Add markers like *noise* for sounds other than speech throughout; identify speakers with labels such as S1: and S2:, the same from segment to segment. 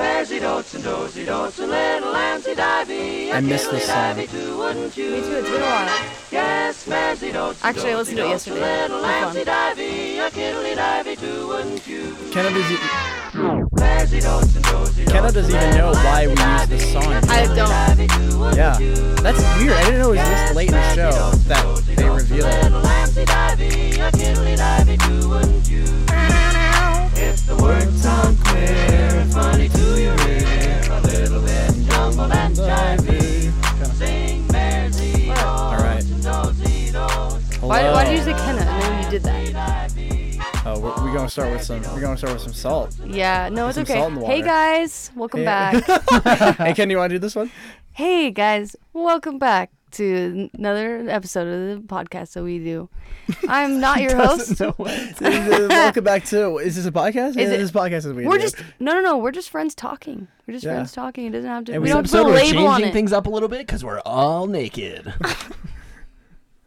S1: dotes and dozy dotes and little Nancy Divey.
S2: I miss this song.
S1: Too, wouldn't you?
S3: Me too. It's been a while.
S1: Yes, Mazzy dotes. and
S3: Actually, I listened to it
S1: dozy dotes and
S3: yesterday.
S1: Little
S3: Have fun.
S1: Nancy Divey, a kiddly divey too, wouldn't you?
S2: Canada's, e-
S1: Mazzy dotes and dozy dotes.
S2: Kenna doesn't even know why we use this song.
S3: I don't.
S2: Yeah. That's weird. I didn't know it was this late in the show that they reveal it.
S1: Little Nancy Divey, a kiddly divey too, wouldn't you? If the words sound queer, funny to your ear, a little bit jumbled and jivey, sing Mazzy
S2: All right.
S1: dozy dotes.
S3: Why,
S2: Hello.
S3: why did you say Kenna? I know you did that.
S2: Oh, we're, we're gonna start with some. We're gonna start with some
S3: *laughs*
S2: salt.
S3: Yeah, no, it's
S2: some
S3: okay.
S2: salt in the
S3: Hey
S2: water.
S3: guys, welcome
S2: Hey. *laughs*
S3: back.
S2: hey, Ken, you wanna do this
S3: *laughs*
S2: one?
S3: hey guys, welcome back to another episode of the podcast that we do.
S2: *laughs*
S3: I'm not your host.
S2: No. Welcome back to. Is this a podcast?
S3: Is
S2: yeah,
S3: it-
S2: this podcast is weird.
S3: We're just no, no, no. We're just friends talking. We're just
S2: Yeah.
S3: friends talking. It doesn't have to.
S2: And
S3: we
S2: this
S3: don't put a
S2: episode, we're
S3: label on
S4: Changing
S3: it.
S4: things up a little bit because we're all naked.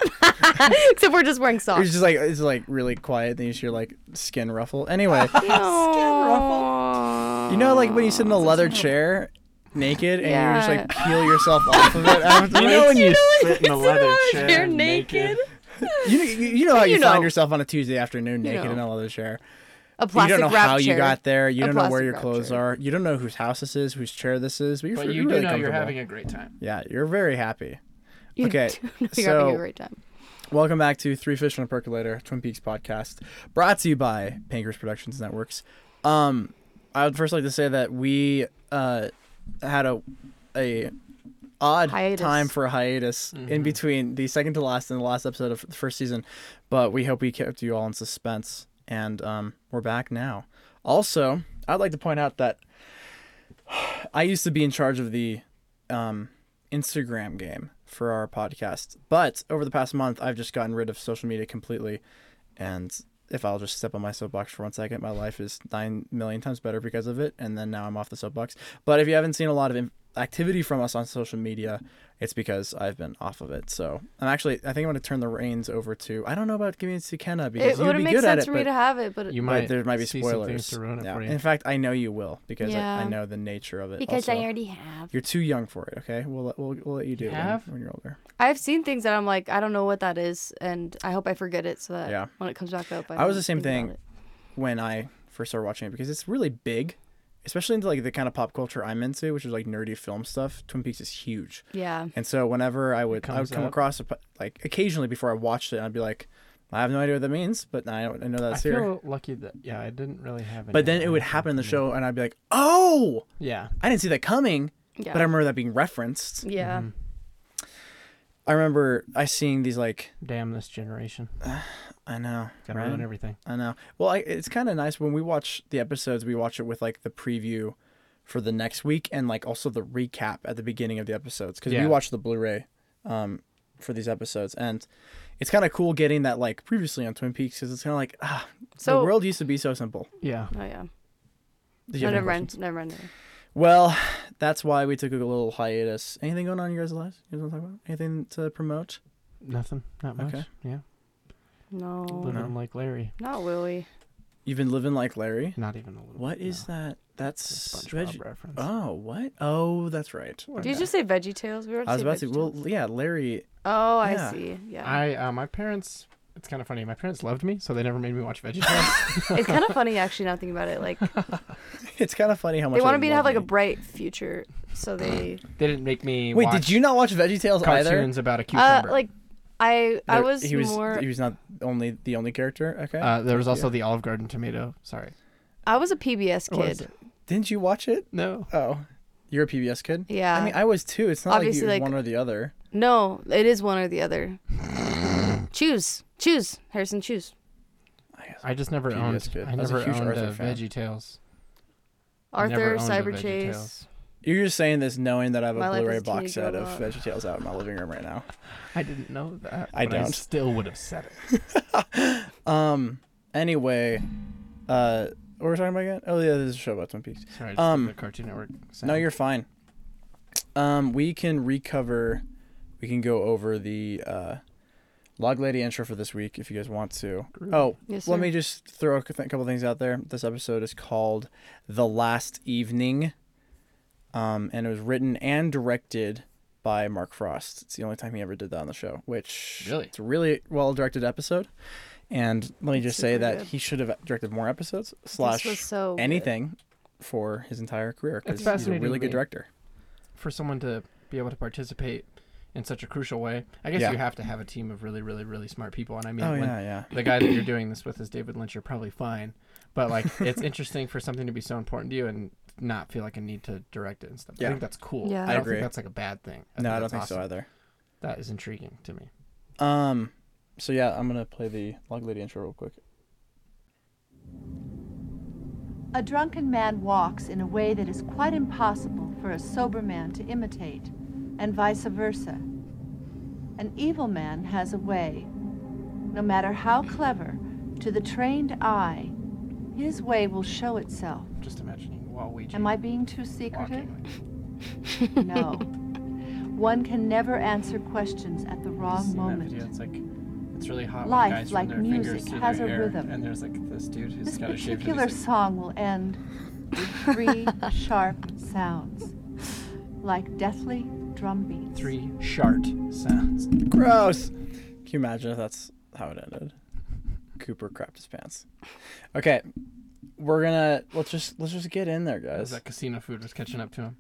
S3: *laughs* Except we're just wearing
S2: It's
S3: socks.
S2: just like it's like really quiet. Then you just hear like skin ruffle.
S3: *laughs*
S2: Anyway, you know like when you sit in a leather chair, naked, and you just like peel yourself off
S3: *laughs*
S2: of it. After,
S4: you know when you, sit in a
S3: sit
S4: leather
S3: on a
S4: chair,
S3: chair
S4: naked.
S3: naked.
S2: you, you, you know how you,
S3: You
S2: find
S3: know.
S2: yourself on a Tuesday afternoon
S3: You
S2: naked in
S3: know.
S2: a leather chair.
S3: A plastic
S2: you don't know
S3: wrap
S2: how
S3: chair.
S2: you got there. You
S3: A
S2: don't know where
S3: plastic
S2: your
S3: wrap
S2: clothes
S3: chair.
S2: are. You don't know whose house this is, whose chair this is. But you're,
S5: But
S2: *laughs* f-
S5: you
S2: you're
S5: do
S2: really
S5: know you're
S2: comfortable.
S5: having a great time.
S2: Yeah, you're very happy.
S3: *laughs* You
S2: okay,
S3: do know you're having
S2: so-
S3: a great time.
S2: Welcome back to Three Fish on a Percolator, Twin Peaks podcast, brought to you by Pankers Productions Networks. Um, I would first like to say that we uh, had a a odd
S3: Hiatus.
S2: time for a hiatus in between the second to last and the last episode of the first season, but we hope we kept you all in suspense, and um, we're back now. Also, I'd like to point out that *sighs* I used to be in charge of the um, Instagram game for our podcast, but over the past month, I've just gotten rid of social media completely. And if I'll just step on my soapbox for one second, my life is nine million times better because of it. And then now I'm off the soapbox. But if you haven't seen a lot of in- activity from us on social media, it's because I've been off of it. So I'm actually, I think I'm going to turn the reins over to. I don't know about giving it to Kenna
S3: It
S2: because you'd
S3: wouldn't
S2: be
S3: make
S2: good at
S3: sense
S2: it.
S3: for me
S2: but-
S3: to have it, but
S5: You
S2: but
S5: might
S2: there might be
S5: see some things
S2: spoilers.
S5: to ruin it
S2: Yeah.
S5: for you.
S2: In fact, I know you will because I, I
S3: Yeah.
S2: know the nature of it.
S3: because I
S2: also.
S3: already have.
S2: You're too young for it. Okay, we'll let, we'll, we'll let you do it when-
S5: Have?
S2: when, you're older.
S3: I've seen things that I'm like, I don't know what that is, and I hope I forget it so that
S2: Yeah.
S3: when it comes back up, I,
S2: I was
S3: don't
S2: the same
S3: think about
S2: thing
S3: it.
S2: when I first started watching it because it's really big, especially into like the kind of pop culture I'm into, which is like nerdy film stuff. Twin Peaks is huge,
S3: Yeah.
S2: and so whenever I would I would
S5: comes
S2: come
S5: up.
S2: across a, po- like occasionally before I watched it, I'd be like, I have no idea what that means, but I, I know
S5: I
S2: that's here.
S5: feel lucky that yeah, I didn't really have. Any
S2: But then it would happen in the show, and I'd be like, oh,
S5: Yeah,
S2: I didn't see that coming.
S3: Yeah.
S2: But Mm-hmm. I remember that being referenced.
S3: Yeah.
S2: I remember I seeing these like
S5: damn this generation.
S2: I know
S5: Gotta
S2: right?
S5: ruin everything.
S2: I know. Well, I, it's kind of nice when we watch the episodes. We watch it with like the preview for the next week and like also the recap at the beginning of the episodes because
S5: Yeah.
S2: we watch the Blu-ray um, for these episodes, and it's kind of cool getting that like previously on Twin Peaks because it's kind of like ah,
S3: So-
S2: the world used to be so simple.
S5: Yeah,
S3: Oh yeah.
S2: Did you have any
S3: No, never
S2: questions?
S3: mind. Never mind. never mind.
S2: Well, that's why we took a little hiatus. Anything going on in your guys' lives? You guys want to talk about anything to promote?
S5: nothing, not much.
S2: Okay.
S5: Yeah,
S3: No.
S2: Oh, Mm-hmm.
S5: living like Larry.
S3: Not Willie.
S2: You've been living like Larry.
S5: Not even a little.
S2: What is that? That's
S5: That's
S2: veg-
S5: reference.
S2: oh what? Oh, that's right.
S3: Did you just say Veggie Tales? We were
S2: I was about to.
S3: Well,
S2: Well, yeah, Larry. *laughs*
S3: oh, I
S2: yeah.
S3: see. Yeah.
S5: I uh, my parents. It's kind of funny. My parents loved me, so they never made me
S2: *laughs*
S5: watch VeggieTales.
S3: it's kind of funny actually now thinking about it. Like
S2: It's kind of funny how much
S3: they wanted
S2: I
S3: me to
S2: love
S3: have like a
S2: me.
S3: bright future,
S2: *clears throat*
S3: so they
S5: they didn't make me.
S2: Wait,
S5: watch
S2: did you not watch VeggieTales either?
S5: cartoons about a
S3: uh
S5: cucumber?
S3: like I I
S2: There-
S3: was,
S2: he was
S3: more
S2: he was not only the only character. Okay,
S5: Uh, there was also the Olive Garden tomato. Sorry.
S3: I was a PBS
S5: What is
S3: kid.
S2: didn't you watch it?
S5: No.
S2: Oh, you're a PBS kid.
S3: Yeah.
S2: I mean, I was too. It's not like you
S3: Obviously,
S2: like,
S3: like-
S2: one or the other.
S3: No, it is one or
S2: *laughs*
S3: the other. choose. Choose. Harrison choose.
S5: I just never
S2: PBS
S5: owned.
S2: kid.
S5: I
S2: I was a
S5: never
S2: huge
S5: owned
S2: Arthur
S5: uh,
S2: fan.
S5: VeggieTales. I never
S3: Arthur,
S5: owned a
S3: Cyber
S5: VeggieTales.
S3: Chase.
S2: You're just saying this knowing that I have a
S3: My life
S2: Blu-ray
S3: as a
S2: box
S3: teenage
S2: set of
S3: robot.
S2: VeggieTales out in my living room right now.
S5: I didn't know that.
S2: I
S5: but I
S2: don't.
S5: still would have said it.
S2: Anyway, uh, what were we talking about again? Oh yeah, this is a show about Twin Peaks.
S5: Sorry, just
S2: Um,
S5: the Cartoon Network.
S2: No, you're fine. Um, we can recover. We can go over the uh, log lady intro for this week if you guys want to. Oh,
S3: Yes,
S2: let
S3: sir.
S2: me just throw a cou- couple things out there. This episode is called "The Last Evening," um, and it was written and directed by Mark Frost. It's the only time he ever did that on the show, which
S5: Really?
S2: it's a really well directed episode. And let me just say
S3: super
S2: that
S3: good.
S2: he should have directed more episodes slash
S3: was so good.
S2: anything for his entire career because
S5: It's
S2: he's a
S5: fascinating to
S2: really good
S5: me.
S2: director.
S5: for someone to be able to participate in such a crucial way. I guess
S2: Yeah.
S5: you have to have a team of really, really, really smart people. And I mean,
S2: oh
S5: when
S2: yeah, yeah.
S5: the guy that you're doing this with is David Lynch, you're probably fine.
S2: *laughs*
S5: But like, it's interesting for something to be so important to you and not feel like a need to direct it and stuff.
S2: Yeah.
S5: I think that's cool.
S3: Yeah. I
S5: I, don't
S2: agree.
S5: think that's like a bad thing.
S2: no, I don't
S5: that's
S2: think so
S5: awesome.
S2: either.
S5: That is intriguing to me.
S2: Um, so yeah, I'm gonna play the Log Lady intro real quick.
S6: A drunken man walks in a way that is quite impossible for a sober man to imitate, and vice versa. An evil man has a way, no matter how clever, to the trained eye, his way will show itself.
S5: Just imagining Waluigi
S6: Am I being too secretive?
S5: walking. like-
S6: No. One can never answer questions at
S5: Have
S6: the
S5: you
S6: wrong
S5: seen that video?
S6: moment.
S5: It's like. It's really hot
S6: Life,
S5: when guys
S6: like
S5: run their
S6: music,
S5: fingers through
S6: has
S5: their
S6: a
S5: hair,
S6: rhythm.
S5: and there's like this dude who's
S6: This
S5: got a shape. and
S6: particular
S5: he's like,
S6: song will end with three sharp sounds, like deathly drum beats.
S5: three shart sounds.
S2: Gross. Can you imagine if that's how it ended? Cooper crapped his pants. Okay, we're gonna let's just let's just get in there,
S5: As
S2: guys.
S5: that casino food was catching up to him.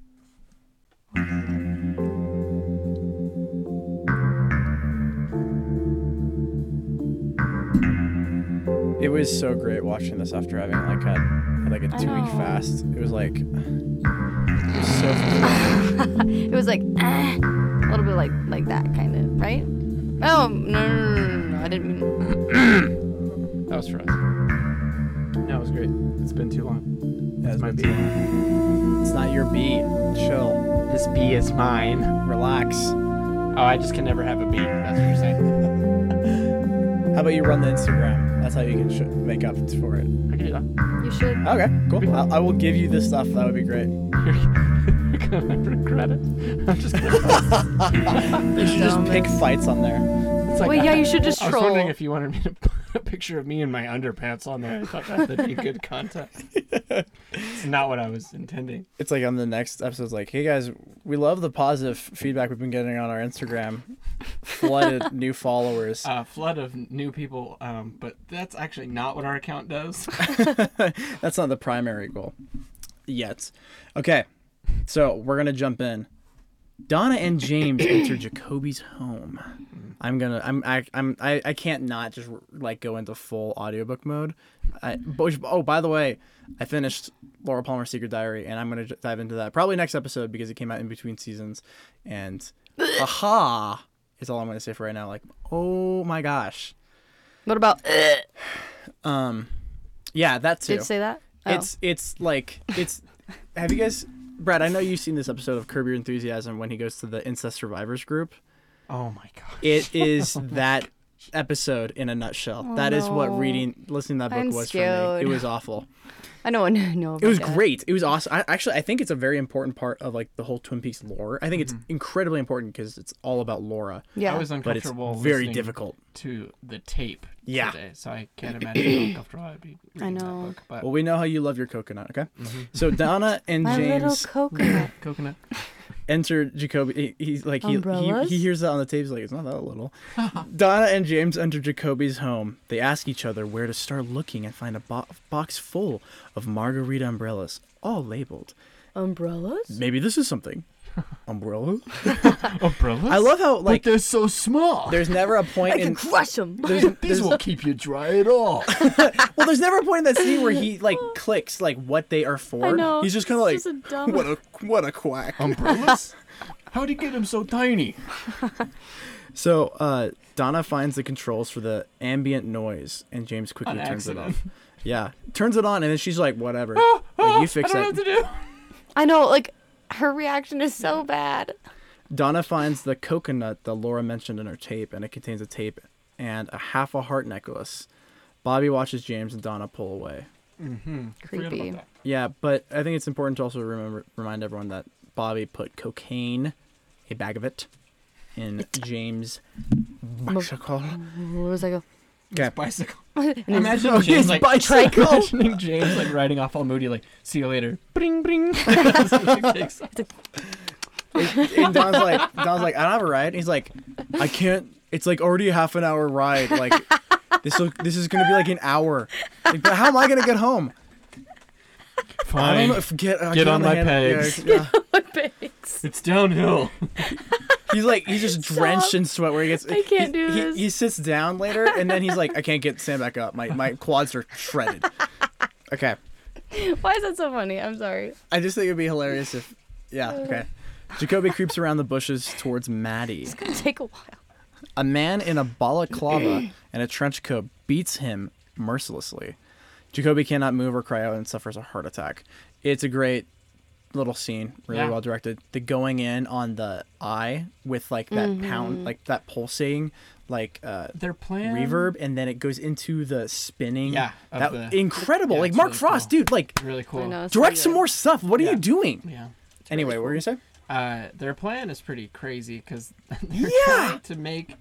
S2: It was so great watching this after having like had, had like a
S3: I
S2: two week
S3: know.
S2: fast. It was like it was so fulfilling.
S3: It was like ah, a little bit like like that kind of right. Oh no, no, no, no, no, no, I didn't mean.
S5: That was for us. No, it was great. It's been too long.
S2: Yeah, it's
S5: This might
S2: been-
S5: be.
S2: It's not your beat. Chill,
S5: This B is mine.
S2: relax.
S5: Oh, I just can never have a B. That's what you're saying.
S2: How about you run the Instagram? That's how you can sh- make up for it.
S5: I can do that.
S3: You should.
S2: Okay, cool. I-, I will give you this stuff. That would be great.
S5: You're gonna *laughs* regret it. I'm just. Gonna,
S2: You should just
S3: Dumb.
S2: pick fights on there.
S5: it's like
S3: Wait, yeah, you should just
S5: I was
S3: troll.
S5: wondering if you wanted me to put a picture of me in my underpants on there. I thought that would be good content. it's not what I was intending.
S2: It's like on the next episode's like, hey guys, we love the positive feedback we've been getting on our Instagram. Flooded new followers.
S5: uh, flood of new people, um, but that's actually not what our account does.
S2: *laughs* That's not the primary goal yet. Okay, so we're gonna jump in. Donna and James enter Jacoby's home. I'm gonna. I'm. I. I'm. I. I can't not just like go into full audiobook mode. I, but- oh, by the way, I finished Laura Palmer's Secret Diary, and I'm gonna j- dive into that probably next episode because it came out in between seasons. And aha is all I'm gonna say for right now. Like, oh my gosh.
S3: What about? eh?
S2: Yeah, that too.
S3: Did you say that? Oh.
S2: It's it's like it's. Have you guys, Brad? I know you've seen this episode of Curb Your Enthusiasm when he goes to the incest survivors group.
S5: oh my god.
S2: It
S3: *laughs*
S2: is that episode in a nutshell. that is what
S3: Oh, no.
S2: reading, listening to that book
S3: I'm
S2: was for
S3: scared.
S2: me. It was awful.
S3: I know. *laughs* I know.
S2: It was
S3: about that.
S2: great. It was awesome. I, actually, I think it's a very important part of like the whole Twin Peaks lore. I think it's incredibly important because it's all about Laura,
S3: Yeah.
S5: I was
S2: but it's
S5: uncomfortable.
S2: very
S5: listening
S2: difficult.
S5: to the tape
S2: Yeah.
S5: today, so I can't imagine how comfortable I'd be reading
S3: know.
S5: that book. But
S2: Well, we know how you love your coconut, okay? So Donna and
S3: My little
S2: James
S5: *laughs*
S3: coconut.
S5: coconut.
S2: enter Jacoby. He, he's like he, he
S3: Umbrellas?
S2: he hears that on the tape. He's like, it's not that
S4: *laughs*
S2: little. Donna and James enter Jacoby's home. They ask each other where to start looking and find a bo- box full of margarita umbrellas, all labeled.
S3: Umbrellas.
S2: Maybe this
S4: *laughs*
S2: is something. Umbrella.
S5: Umbrellas?
S2: I love how like
S4: they're so small.
S2: there's
S4: *laughs*
S2: never a point
S3: I can
S2: in
S3: crush them.
S2: there's,
S5: *laughs*
S2: there's,
S4: These won't keep you dry at all.
S2: well there's never a point in that scene
S4: *laughs*
S2: where he like clicks like what they are for.
S3: I know.
S2: He's just kind of
S3: It's
S2: like
S3: just a
S2: *laughs*
S3: dumb-
S2: what a what a quack.
S4: Umbrellas? How'd you get them so tiny?
S2: So uh, Donna finds the controls for the ambient noise, and James quickly
S5: On
S2: turns it
S5: accident.
S2: off. *laughs* Yeah, turns it on, and then she's like,
S5: *laughs*
S2: "Whatever, like, you fix
S5: I don't
S2: that."
S5: know what to do.
S3: *laughs* I know. Like her reaction is so bad.
S2: Donna finds the coconut that Laura mentioned in her tape, and it contains a tape and a half a heart necklace. Bobby watches James and Donna pull away.
S5: Forget
S3: Creepy.
S5: about
S2: Yeah, but I think it's important to also remember remind everyone that Bobby put cocaine, a bag of it, in James' bicycle.
S3: What was I go? *laughs*
S2: Okay.
S7: bicycle.
S3: And his-
S7: Imagine
S2: Oh,
S7: James like
S3: bicycle.
S7: *laughs* imagining James like riding off all moody, like see you later. Bring bring. *laughs*
S3: *laughs*
S7: takes
S2: And Don's like, Don's like, I don't have a ride. And he's like, I can't. It's like already a half an hour ride. Like this, will, this is gonna be like an hour. Like, but how am I gonna get home? I don't know.
S7: Fine.
S2: If, get uh,
S7: Get on
S2: the
S7: my
S2: hand- yeah,
S7: pegs.
S2: yeah.
S3: Thanks.
S7: It's downhill.
S2: He's like, he's just drenched
S3: Stop.
S2: in sweat. Where he gets,
S3: I can't
S2: he,
S3: do
S2: he-
S3: this.
S2: He, sits down later, and then he's like, I can't get Sam back up. My my quads are shredded. Okay,
S3: Why is that so funny? I'm sorry. *laughs*
S2: I just think it'd be hilarious if, yeah, okay. Jacoby creeps around the bushes towards Maddie.
S3: It's gonna take a while.
S2: A man in a balaclava and a trench coat beats him mercilessly. Jacoby cannot move or cry out and suffers a heart attack. It's a great little scene, really
S5: Yeah.
S2: well directed. The going in on the eye with like that
S5: Mm-hmm.
S2: pound, like that pulsating, like uh,
S5: *laughs* Their plan.
S2: reverb, and then it goes into the spinning.
S5: Yeah, of
S2: that
S5: the-
S2: incredible.
S5: yeah,
S2: like
S5: it's
S2: Mark
S5: really
S2: Frost,
S5: cool.
S2: dude. Like
S5: Really cool.
S3: I know, it's
S2: direct
S3: so
S2: some
S3: good.
S2: more stuff. What are
S5: Yeah.
S2: you doing?
S5: Yeah.
S2: anyway, what were you gonna say?
S5: Uh, their plan is pretty crazy because *laughs* they're trying to make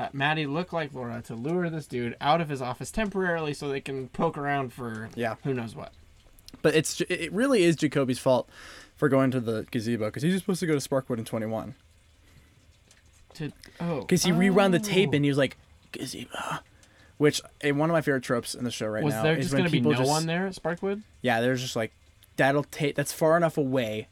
S5: uh, Maddie look like Laura to lure this dude out of his office temporarily so they can poke around for
S2: Yeah.
S5: who knows what.
S2: But it's it- it really is Jacoby's fault for going to the gazebo because he's supposed to go to Sparkwood in 21
S5: To oh
S2: because he rewound the tape
S5: Oh.
S2: and he was like gazebo, which eh, one of my favorite tropes in the show right
S5: uh, was
S2: now
S5: there
S2: is
S5: just
S2: when
S5: gonna be
S2: people
S5: no
S2: just
S5: one there at Sparkwood?
S2: yeah there's just like that'll take that's far enough away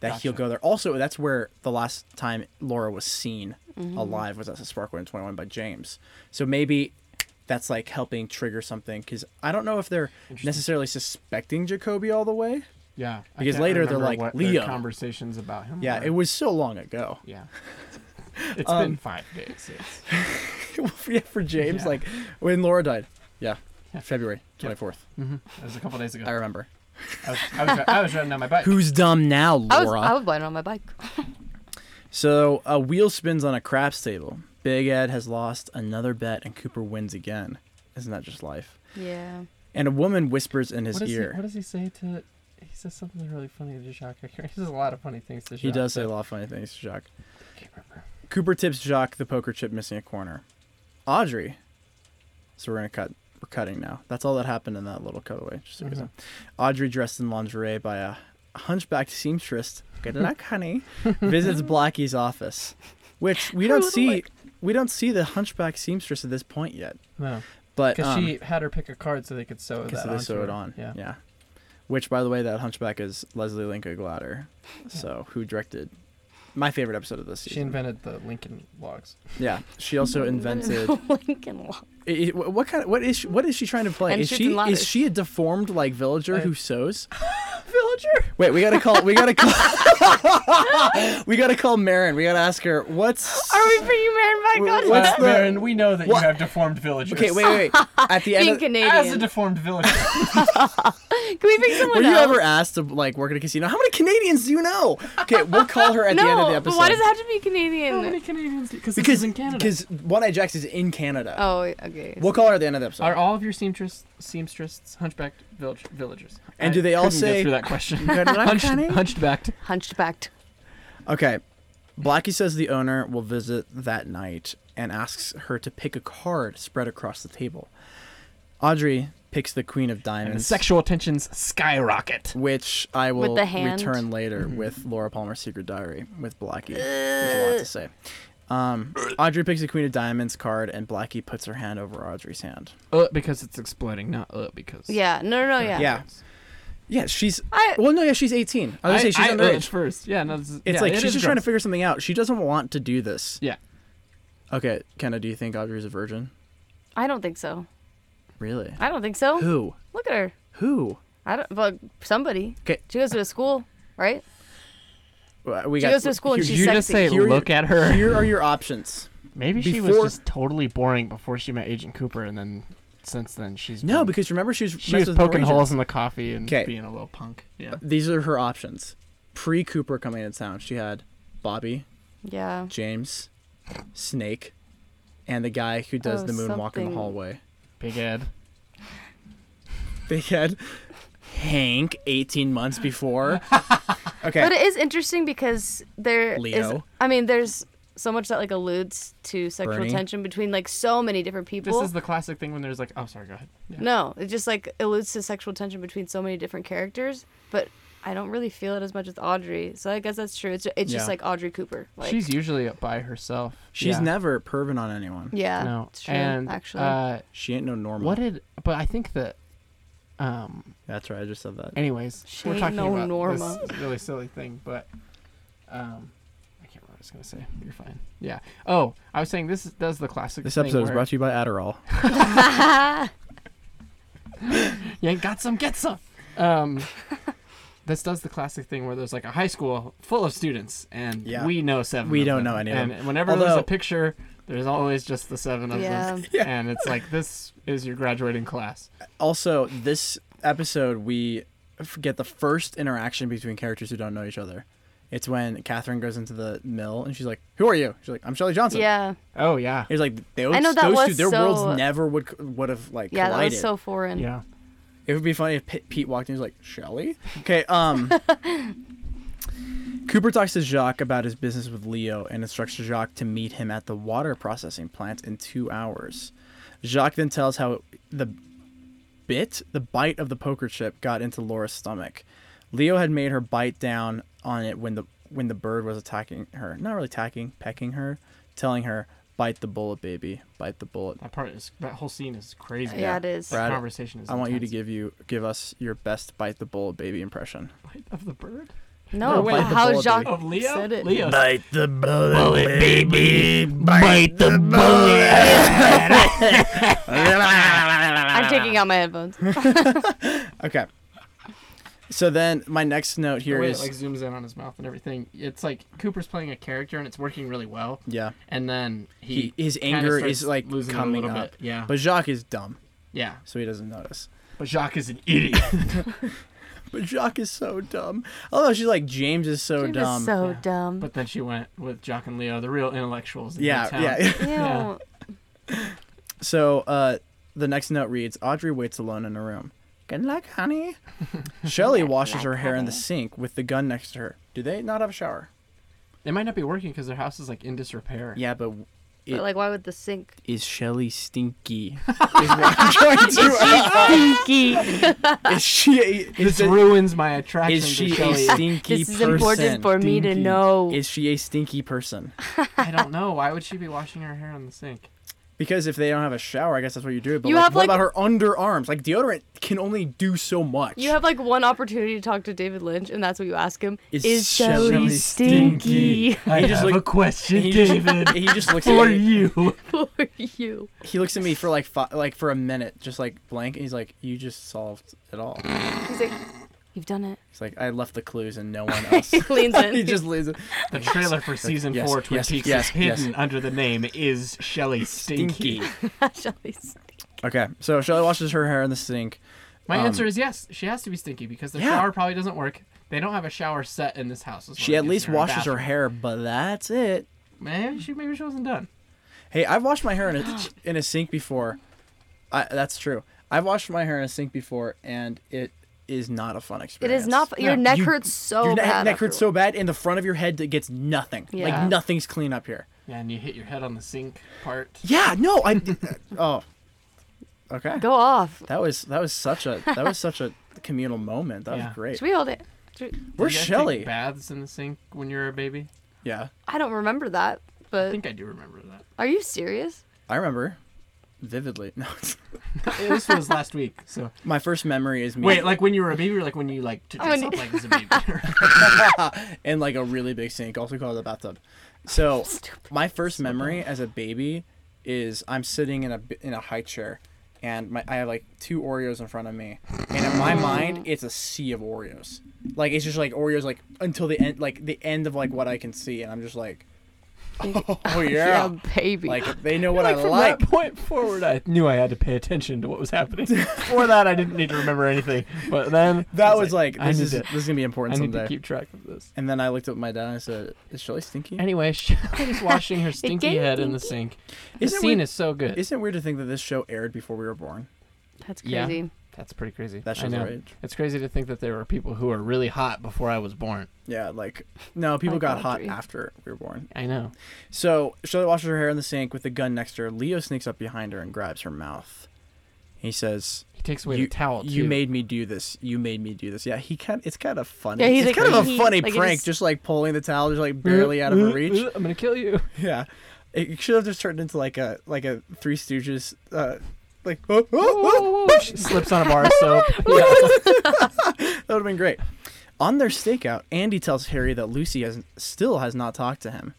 S2: that he'll
S5: Gotcha.
S2: go there. Also, that's where the last time Laura was seen alive was at the Sparkwood in 21 by James. So maybe that's like helping trigger something because I don't know if they're necessarily suspecting Jacoby all the way.
S5: Yeah, I
S2: Because
S5: can't
S2: later they're
S5: remember
S2: like,
S5: what their
S2: "Leo."
S5: conversations about him.
S2: Yeah,
S5: were.
S2: it was so long ago.
S5: Yeah, *laughs* it's been five days. *laughs*
S2: *laughs*
S5: It's,
S2: yeah, for James,
S5: Yeah.
S2: like when Laura died. Yeah, February 24th.
S5: it was a couple days ago.
S2: I remember.
S5: I was, I was, I was riding down
S2: *laughs*
S5: my bike.
S2: Who's dumb now,
S3: I was
S2: Laura?
S3: I was blind on my bike.
S2: So a wheel spins on a craps table. Big Ed has lost another bet, and Cooper wins again. Isn't that just life?
S3: Yeah.
S2: And a woman whispers in his
S5: What does, he,
S2: ear.
S5: what does he say to? He says something really funny to Jacques. *laughs* He says a lot of funny things to Jacques.
S2: he does say a
S5: but
S2: lot of funny things to Jacques.
S5: I can't remember.
S2: Cooper tips Jacques the poker chip missing a corner. Audrey. So we're gonna cut. We're cutting now. That's all that happened in that little cutaway. Just so
S5: Uh-huh.
S2: you guys know. Audrey, dressed in lingerie by a hunchbacked seamstress. Good luck,
S5: *laughs*
S2: honey. Visits Blackie's office, which we don't see. We don't see the hunchback seamstress at this point yet.
S5: No,
S2: But
S5: because
S2: um,
S5: she had her pick a card so they could sew that
S2: because
S5: onto
S2: they sew
S5: her.
S2: it on.
S5: Yeah.
S2: Which, by the way, that Hunchback is Leslie Linka Glatter. So, who directed my favorite episode of this
S5: She
S2: season?
S5: invented the Lincoln
S2: *laughs*
S5: logs.
S2: yeah, she
S5: *laughs*
S2: also invented.
S3: Lincoln Log.
S2: I- I- wh- what kind of what is she, what is she trying to play?
S3: And
S2: is
S3: shoots
S2: she
S3: and ladders.
S2: is she a deformed like villager
S5: Uh,
S2: who sews?
S5: Villager.
S2: Wait, we gotta call. We gotta call. *laughs* we gotta call Marin. We gotta ask her what's.
S3: Are we bringing Marin back on?
S2: What's
S5: Well,
S2: the-
S5: Marin, we know that
S2: What?
S5: you have deformed villagers.
S2: okay, wait, wait, wait. At the end,
S3: Being
S2: of, were
S3: Canadian.
S5: *laughs* As a deformed villager,
S2: *laughs*
S3: Can we bring someone
S2: you
S3: else?
S2: ever asked to like work at a casino? How many Canadians do you know? Okay, we'll call her at
S3: *laughs* no,
S2: the end of the episode.
S3: but why does it have to be Canadian?
S5: Canadians? Because
S2: because because One Eye Jax is in Canada.
S3: Oh, okay.
S2: We'll call her at the end of the episode.
S5: Are all of your seamstress, seamstress, hunchbacked village, villagers?
S2: And
S5: I
S2: do they all
S5: couldn't
S2: say-
S5: get through that question?
S2: Good luck,
S5: Hunched,
S2: honey.
S5: hunchbacked.
S3: Hunchbacked.
S2: Okay. Blackie says the owner will visit that night and asks her to pick a card spread across the table. Audrey picks the Queen of
S5: And
S2: Diamonds,
S5: sexual tensions skyrocket.
S2: which I will
S3: the hand.
S2: return later
S5: Mm-hmm.
S2: with Laura Palmer's Secret Diary with Blackie. There's a lot to say. Um, Audrey picks the Queen of Diamonds card, and Blackie puts her hand over Audrey's hand.
S5: Uh, because it's exploding, not uh, because.
S3: Yeah. No, no, no. Yeah.
S2: Yeah. Yeah, she's.
S3: I-
S2: well, no, yeah, she's 18. I was
S5: I,
S2: going to say she's
S5: I
S2: underage.
S5: urged first. Yeah, no, this is-
S2: It's
S5: yeah,
S2: like
S5: it
S2: she's
S5: is
S2: just trying to
S5: gross.
S2: figure something out. She doesn't want to do this.
S5: Yeah.
S2: Okay, Kenna, do you think Audrey's a virgin?
S3: I don't think so.
S2: Really?
S3: I don't think so.
S2: Who?
S3: Look at her.
S2: Who?
S3: I don't. But somebody.
S2: 'Kay.
S3: She goes to a school, right?
S2: Well, Uh, We
S3: She goes to school and
S2: here-
S3: she's
S5: you
S3: sexy.
S5: just say
S2: Here-
S5: look at her.
S2: Here are your options.
S5: Maybe she was
S2: Before-
S5: just totally boring before she met Agent Cooper, and then since then she's
S2: No,
S5: been-
S2: because remember she was
S5: she
S2: messed
S5: was
S2: with the
S5: poking
S2: Rangers.
S5: holes in the coffee and
S2: 'Kay.
S5: being a little punk. Yeah,
S2: *laughs* These are her options. Pre Cooper coming into town, she had Bobby,
S3: yeah.
S2: James, Snake, and the guy who does
S3: Oh,
S2: the moonwalk in
S3: something.
S2: the hallway.
S5: Big Ed.
S2: They had Hank 18 months
S3: *laughs*
S2: before. Okay.
S3: But it is interesting because there is.
S2: Leo.
S3: I mean, there's so much that like alludes to sexual
S2: Bernie?
S3: tension between like so many different people.
S5: This is the classic thing when there's like, oh, sorry, go ahead. Yeah.
S3: No, it just like alludes to sexual tension between so many different characters, but I don't really feel it as much with Audrey. So I guess that's true. It's, it's
S2: Yeah.
S3: just like Audrey Cooper. Like,
S5: She's usually up by herself.
S2: She's
S5: Yeah.
S2: never perving on anyone.
S3: yeah,
S5: No.
S3: it's true,
S5: and
S3: actually.
S5: uh,
S2: She ain't no normal.
S5: what did? But I think that. Um.
S2: That's right. I just said that.
S5: Anyways,
S3: She
S5: we're
S3: ain't
S5: talking
S3: no
S5: about
S3: Norma.
S5: this really silly thing, but um, I can't remember what I was gonna say. You're fine. Yeah. Oh, I was saying this is- does the classic.
S2: this episode is
S5: thing
S2: brought to you by Adderall.
S5: you. You ain't got some, get some.
S3: *laughs*
S5: Um. This does the classic thing where there's like a high school full of students, and
S2: Yeah.
S5: we know seven.
S2: We
S5: of
S2: don't
S5: them.
S2: know any of them.
S5: And whenever there's
S2: Although-
S5: a picture, there's always just the seven of them,
S2: *laughs*
S5: and it's like this is your graduating class.
S2: Uh, Also, this episode we f- get the first interaction between characters who don't know each other. It's when Catherine goes into the mill and she's like, "Who are you?" She's like, "I'm Shelley Johnson."
S3: yeah,
S5: Oh yeah.
S2: It's like those,
S3: I know that
S2: those two,
S3: was
S2: their
S3: so-
S2: worlds never would c- would have like
S3: yeah, that
S2: collided.
S3: was so foreign.
S5: Yeah.
S2: It would be funny if P- Pete walked in and was like, Shelly? Okay, um. Cooper talks to Jacques about his business with Leo and instructs Jacques to meet him at the water processing plant in two hours. Jacques then tells how the bit, the bite of the poker chip got into Laura's stomach. Leo had made her bite down on it when the when the bird was attacking her. Not really attacking, pecking her, telling her, bite the bullet, baby, bite the bullet.
S5: That part is that whole scene is crazy.
S3: Yeah, it is.
S5: That
S2: Brad,
S5: conversation is.
S2: I want you to
S5: intense.
S2: give you give us your best bite the bullet baby impression.
S5: Bite of the bird.
S3: No,
S2: No,
S3: wait,
S2: bite the
S3: how
S2: bullet,
S3: Jacques
S2: dude.
S5: Of Leo?
S3: said it.
S5: Leo.
S2: Bite the bullet baby, bite the
S3: I'm taking out my headphones.
S2: Okay. So then my next note
S5: the
S2: here
S5: way it,
S2: is
S5: like zooms in on his mouth and everything. It's like Cooper's playing a character and it's working really well.
S2: yeah.
S5: And then he,
S2: He- his
S5: kinda
S2: anger
S5: starts
S2: is, like,
S5: losing it
S2: coming
S5: a little
S2: up.
S5: Bit. Yeah.
S2: But Jacques is dumb,
S5: yeah.
S2: so he doesn't notice.
S5: But Jacques is an
S2: *laughs*
S5: idiot.
S2: But Jacques is so dumb. Although she's like James is so
S3: She was
S2: dumb.
S3: so
S5: Yeah.
S3: dumb.
S5: *laughs* but then she went with Jock and Leo, the real intellectuals. in
S2: yeah,
S5: town.
S2: yeah. *laughs*
S3: Ew.
S5: Yeah.
S2: So uh, the next note reads Audrey waits alone in her room. Good luck, honey.
S5: *laughs*
S2: Shelley washes her hair in the sink with the gun next to her. Do they not have a shower?
S5: They might not be working because their house is like in disrepair.
S2: Yeah, but
S3: But, like, why would the sink?
S5: *laughs*
S2: is Shelly stinky? is what I'm going to
S3: Stinky.
S2: ask. Is she a,
S5: This
S2: is, a-
S5: ruins my attraction
S2: is she
S5: to
S2: a
S5: Shelley.
S2: stinky
S3: This is
S2: person?
S3: important for me to
S5: Stinky.
S3: know.
S2: Is she a stinky person?
S5: I don't know. Why would she be washing her hair in the sink?
S2: Because if they don't have a shower, I guess that's what you do. But
S3: You
S2: like,
S3: have,
S2: what
S3: like-
S2: about her underarms? Like deodorant can only do so much.
S3: You have like one opportunity to talk to David Lynch, and that's what you ask him.
S2: Is
S3: Is,
S2: Shelley
S3: Shelley,
S2: stinky?
S3: stinky, *laughs*
S4: I
S2: just have look- a
S4: question,
S2: he just, *laughs* he just looks at me.
S4: you.
S3: for you?
S2: He looks at me for like fi- like for a minute, just like blank, and he's like, "You just solved it all."
S3: He's like, you've done
S5: *laughs*
S3: it.
S2: He's like, "I left the clues and no one
S3: *laughs*
S2: else."
S3: He leans in.
S2: he just leaves it.
S5: The trailer for season
S2: Yes,
S5: four Twin
S2: yes,
S5: Peaks
S2: yes,
S5: is hidden
S2: yes.
S5: under the name is Shelley Stinky.
S3: Shelley's.
S2: Okay, so Shelley washes her hair in the sink.
S5: My
S2: Um,
S5: answer is yes. She has to be stinky because the
S2: yeah.
S5: shower probably doesn't work. They don't have a shower set in this house. is what
S2: She
S5: I'm
S2: at least
S5: guessing, or a
S2: washes her
S5: bathroom.
S2: hair, but that's it.
S5: Maybe she maybe she wasn't done.
S2: Hey, I've washed my hair in *gasps* a in a sink before. I, that's true. I've washed my hair in a sink before, and it is not a fun
S3: It
S2: experience.
S3: is not. Your
S2: No.
S3: neck
S2: You-
S3: hurts so
S2: your ne-
S3: bad.
S2: neck hurts so bad, and the front of your head that gets nothing.
S3: Yeah.
S2: Like nothing's clean up here.
S5: Yeah, and you hit your head on the sink part.
S2: Yeah, no, I. *laughs* oh, okay.
S3: afterward. Go off.
S2: That was that was such a that was such a communal moment. *laughs* That
S5: Yeah.
S2: was great.
S3: Should we hold it? Should we-
S2: We're
S5: Did you guys
S2: Shelley.
S5: Take baths in the sink when you were a baby.
S2: Yeah,
S3: I don't remember that.
S5: I
S3: But
S5: think I do remember that.
S3: are you serious?
S2: I remember vividly. *laughs* No, it's-
S5: this was last week. So
S2: my first memory is me
S5: wait, like when you were a baby, or like when you like to
S3: Oh,
S5: dress
S3: when-
S5: up like as a baby. *laughs*
S2: in like a really big sink, also called a bathtub.
S5: *laughs*
S2: So
S3: Stupid.
S2: my first memory as a baby is I'm sitting in a bi- in a high chair, and my I have like two Oreos in front of me, and in my
S5: *gasps*
S2: mind it's a sea of Oreos. Like it's just like Oreos like until the end, like the end of like what I can see, and I'm just like, *laughs*
S5: *laughs*
S2: oh yeah,
S3: baby.
S2: like they know what I
S5: from
S2: like.
S5: that point forward, I knew I had to pay attention to what was
S2: *laughs*
S5: happening. Before that, I didn't need to remember anything. But then I
S2: That was like,
S5: I
S2: this
S5: need
S2: is
S5: to-
S2: this is gonna be important
S5: I need
S2: someday.
S5: to keep track of this.
S2: And then I looked at my dad and I said, "Is Shelley stinky?" *laughs*
S5: Anyway, *laughs* Shelley's washing her stinky
S3: gave
S5: head in the sink. The
S2: Isn't it
S5: scene
S2: weird-
S5: is so good.
S2: Isn't it weird to think that this show aired before we were born?
S3: That's
S5: Yeah.
S3: crazy.
S5: That's pretty crazy.
S2: That
S5: I
S2: show's
S5: know.
S2: our age.
S5: It's crazy to think that there were people who were really hot before I was born.
S2: Yeah, like no, people
S3: Like
S2: got hot
S3: Audrey.
S2: after we were born.
S5: I know.
S2: So Charlotte washes her hair in the sink with the gun next to her. Leo sneaks up behind her and grabs her mouth. He says,
S5: He takes away
S2: you,
S5: the towel too.
S2: you made me do this. You made me do this. Yeah, he kind. It's kind of funny.
S3: Yeah, he's
S2: it's
S3: like-
S2: kind of a
S3: he-
S2: funny
S3: like, it
S2: prank,
S3: is-
S2: just like pulling the towel, just like barely out of
S5: *laughs*
S2: her reach.
S5: I'm gonna kill
S2: *laughs*
S5: you.
S2: Yeah, it it should have just turned into like a like a Three Stooges, uh, like oh, oh, oh.
S5: She slips on a
S2: *laughs*
S5: bar of soap.
S2: that would have been great. On their stakeout, Andy tells Harry that Lucy has still has not talked to him.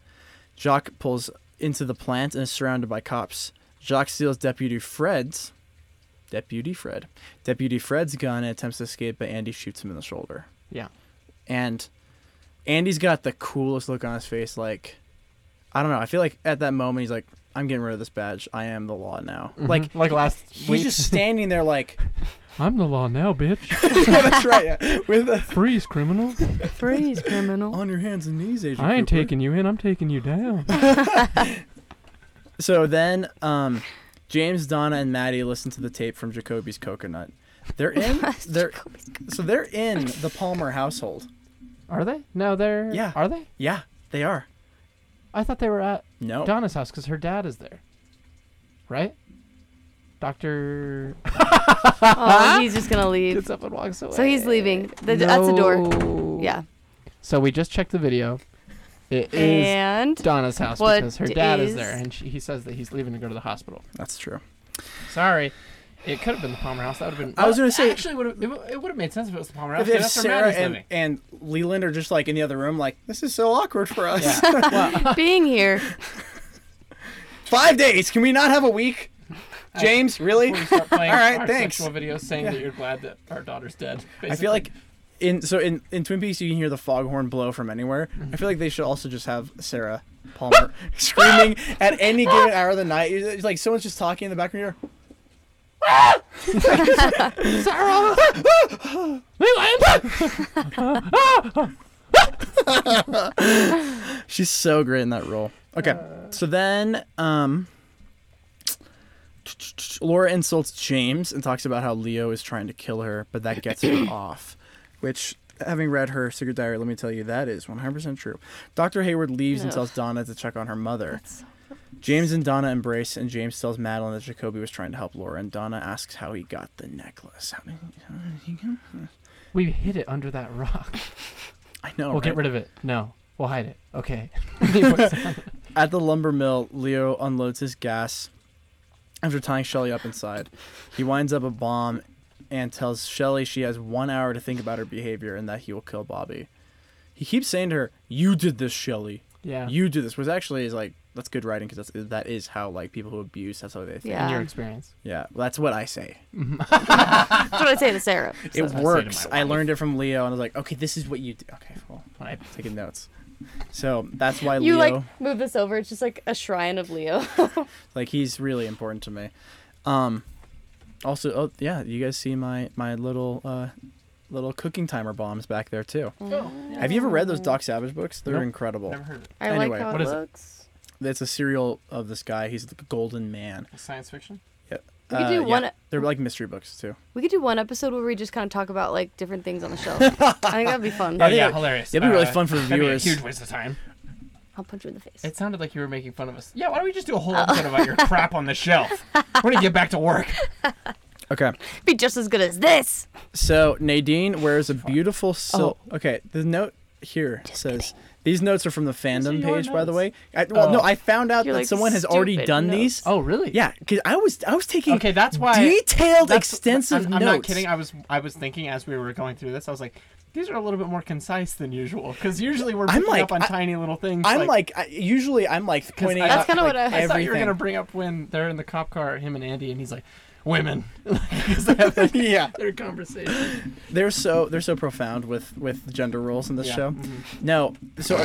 S2: Jacques pulls into the plant and is surrounded by cops. Jacques steals Deputy Fred's Deputy Fred Deputy Fred's gun and attempts to escape, but Andy shoots him in the shoulder.
S5: Yeah.
S2: and Andy's got the coolest look on his face. Like, I don't know. I feel like at that moment he's like, "I'm getting rid of this badge. I am the law now." Like,
S5: like last week.
S2: he's just standing there, like,
S7: *laughs* I'm the law now, bitch.
S2: *laughs* "Yeah, that's right."
S7: *laughs*
S2: Yeah. With a,
S7: Freeze, criminal.
S3: Freeze, criminal.
S2: on your hands and knees, Agent.
S7: I ain't
S2: Cooper.
S7: taking you in. I'm taking you down.
S2: So then, um, James, Donna, and Maddie listen to the tape from Jacoby's coconut. They're in. they're so they're in the Palmer household.
S5: Are they? No, they're.
S2: Yeah.
S5: Are they?
S2: Yeah, they are.
S5: I thought they were at
S2: No,
S5: Donna's house because her dad is there. Right? Doctor
S3: *laughs* Oh, he's just gonna
S5: *laughs*
S3: leave.
S5: gets up and walks away.
S3: So he's leaving. The, That's a door.
S5: No.
S3: Yeah.
S5: So we just checked the video. It is *laughs*
S3: And
S5: Donna's house
S3: What
S5: because her dad is,
S3: is-
S5: there, and she, he says that he's leaving to go to the hospital.
S2: that's true.
S5: Sorry, it could have been the Palmer house. That would have been.
S2: I was gonna
S5: well,
S2: say-
S5: actually, would have, it, would- it would have made sense if it was the Palmer house.
S2: If,
S5: 'cause
S2: if
S5: that's where
S2: Sarah
S5: Maddie's
S2: and,
S5: living.
S2: and Leland are just like in the other room, like this is so awkward for us. *laughs*
S3: being here.
S2: Five days. Can we not have a
S7: *laughs*
S2: week? James, really?
S5: Before
S2: *laughs*
S5: we start playing
S2: All right,
S5: our
S2: thanks.
S5: sexual videos saying that you're glad that our daughter's dead.
S2: I
S5: basically.
S2: feel like in so in in Twin Peaks you can hear the foghorn blow from anywhere. I feel like they should also just have Sarah Palmer screaming at any given hour of the night. It's it's like someone's just talking in the background. You're, *laughs* She's so great in that role. Okay, so then um, Laura insults James and talks about how Leo is trying to kill her, but that gets her off. Which, having read her secret diary, let me tell you that is 100% true. Dr. Hayward leaves and
S3: Ugh.
S2: tells Donna to check on her mother. James and Donna embrace, and James tells Madeline that Jacoby was trying to help Laura, and Donna asks how he got the necklace. How did, how did he get?
S7: We hid it under that rock.
S2: I know.
S7: We'll
S2: right?
S7: get rid of it. No, we'll hide it. Okay.
S2: At the lumber mill, Leo unloads his gas after tying Shelly up inside. He winds up a bomb and tells Shelly she has one hour to think about her behavior and that he will kill Bobby. He keeps saying to her, "You did this, Shelly.
S7: Yeah.
S2: You did this." Which actually is like that's good writing because that's that is how like people who abuse that's how they think. Yeah,
S5: in your
S3: Yeah.
S5: experience.
S2: well, that's what I say.
S3: That's what I say to Sarah.
S2: It
S5: what I say to
S2: works.
S5: my
S2: I
S5: wife.
S2: learned it from Leo, and I was like, "Okay, this is what you do." Okay, well,
S5: When I- *laughs*
S2: taking notes. So that's why
S3: You
S2: Leo.
S3: like move this over. It's just like a shrine of Leo. *laughs*
S2: Like he's really important to me. Um also oh yeah, you guys see my my little uh little cooking timer bombs back there too.
S3: Oh.
S2: Have you ever read those Doc Savage books? They're
S5: Nope.
S2: incredible.
S5: Never heard of it.
S3: I
S2: Anyway,
S3: like how
S5: what
S3: it
S5: is it?
S3: looks.
S2: It's a serial of this guy. He's the golden man. Uh,
S5: Science fiction.
S2: Yeah.
S3: We could do one-
S2: They're like mystery books too.
S3: We could do one episode where we just kind of talk about like different things on the shelf. I think that'd be fun.
S5: Oh,
S2: I think it-
S5: hilarious. Uh,
S2: it'd be really fun for the
S5: that'd be a
S2: viewers.
S5: huge waste of time.
S3: I'll punch you in the face.
S5: It sounded like you were making fun of us. Yeah, why don't we just do a
S2: Oh.
S5: whole episode
S2: *laughs*
S5: about your crap on the shelf? We're gonna get back to work.
S2: Okay.
S3: be just as good as this. *laughs*
S2: So Nadine wears a beautiful silk.
S3: Oh.
S2: Okay, the note here says these notes are from the fandom
S5: your
S2: page, by the
S5: notes.
S2: way. I, well, no,
S5: Oh.
S2: I found out
S3: You're
S2: that
S3: like,
S2: someone has already
S3: "Stupid
S2: done
S3: notes."
S2: these.
S7: Oh, really?
S2: Yeah, because I was I was taking
S5: Okay, that's why.
S2: detailed,
S5: that's-
S2: extensive
S5: I'm, I'm
S2: notes.
S5: not kidding. I was I was thinking as we were going through this, I was like, these are a little bit more concise than usual because usually we're
S2: I'm
S5: picking
S2: like-
S5: up on
S2: I-
S5: tiny little things.
S2: I'm like, I, usually I'm like
S5: 'cause
S2: pointing.
S5: I
S3: That's
S5: thought-
S2: out,
S3: kinda
S2: like,
S3: what I-
S5: I thought you were
S2: everything.
S5: gonna bring up when they're in the cop car, him and Andy, and he's like, women. *laughs* 'Cause they have
S2: *laughs*
S5: that-
S2: yeah,
S5: their conversation.
S2: they're so they're so profound with with gender roles in this
S5: Yeah, Mm-hmm.
S2: show. No, so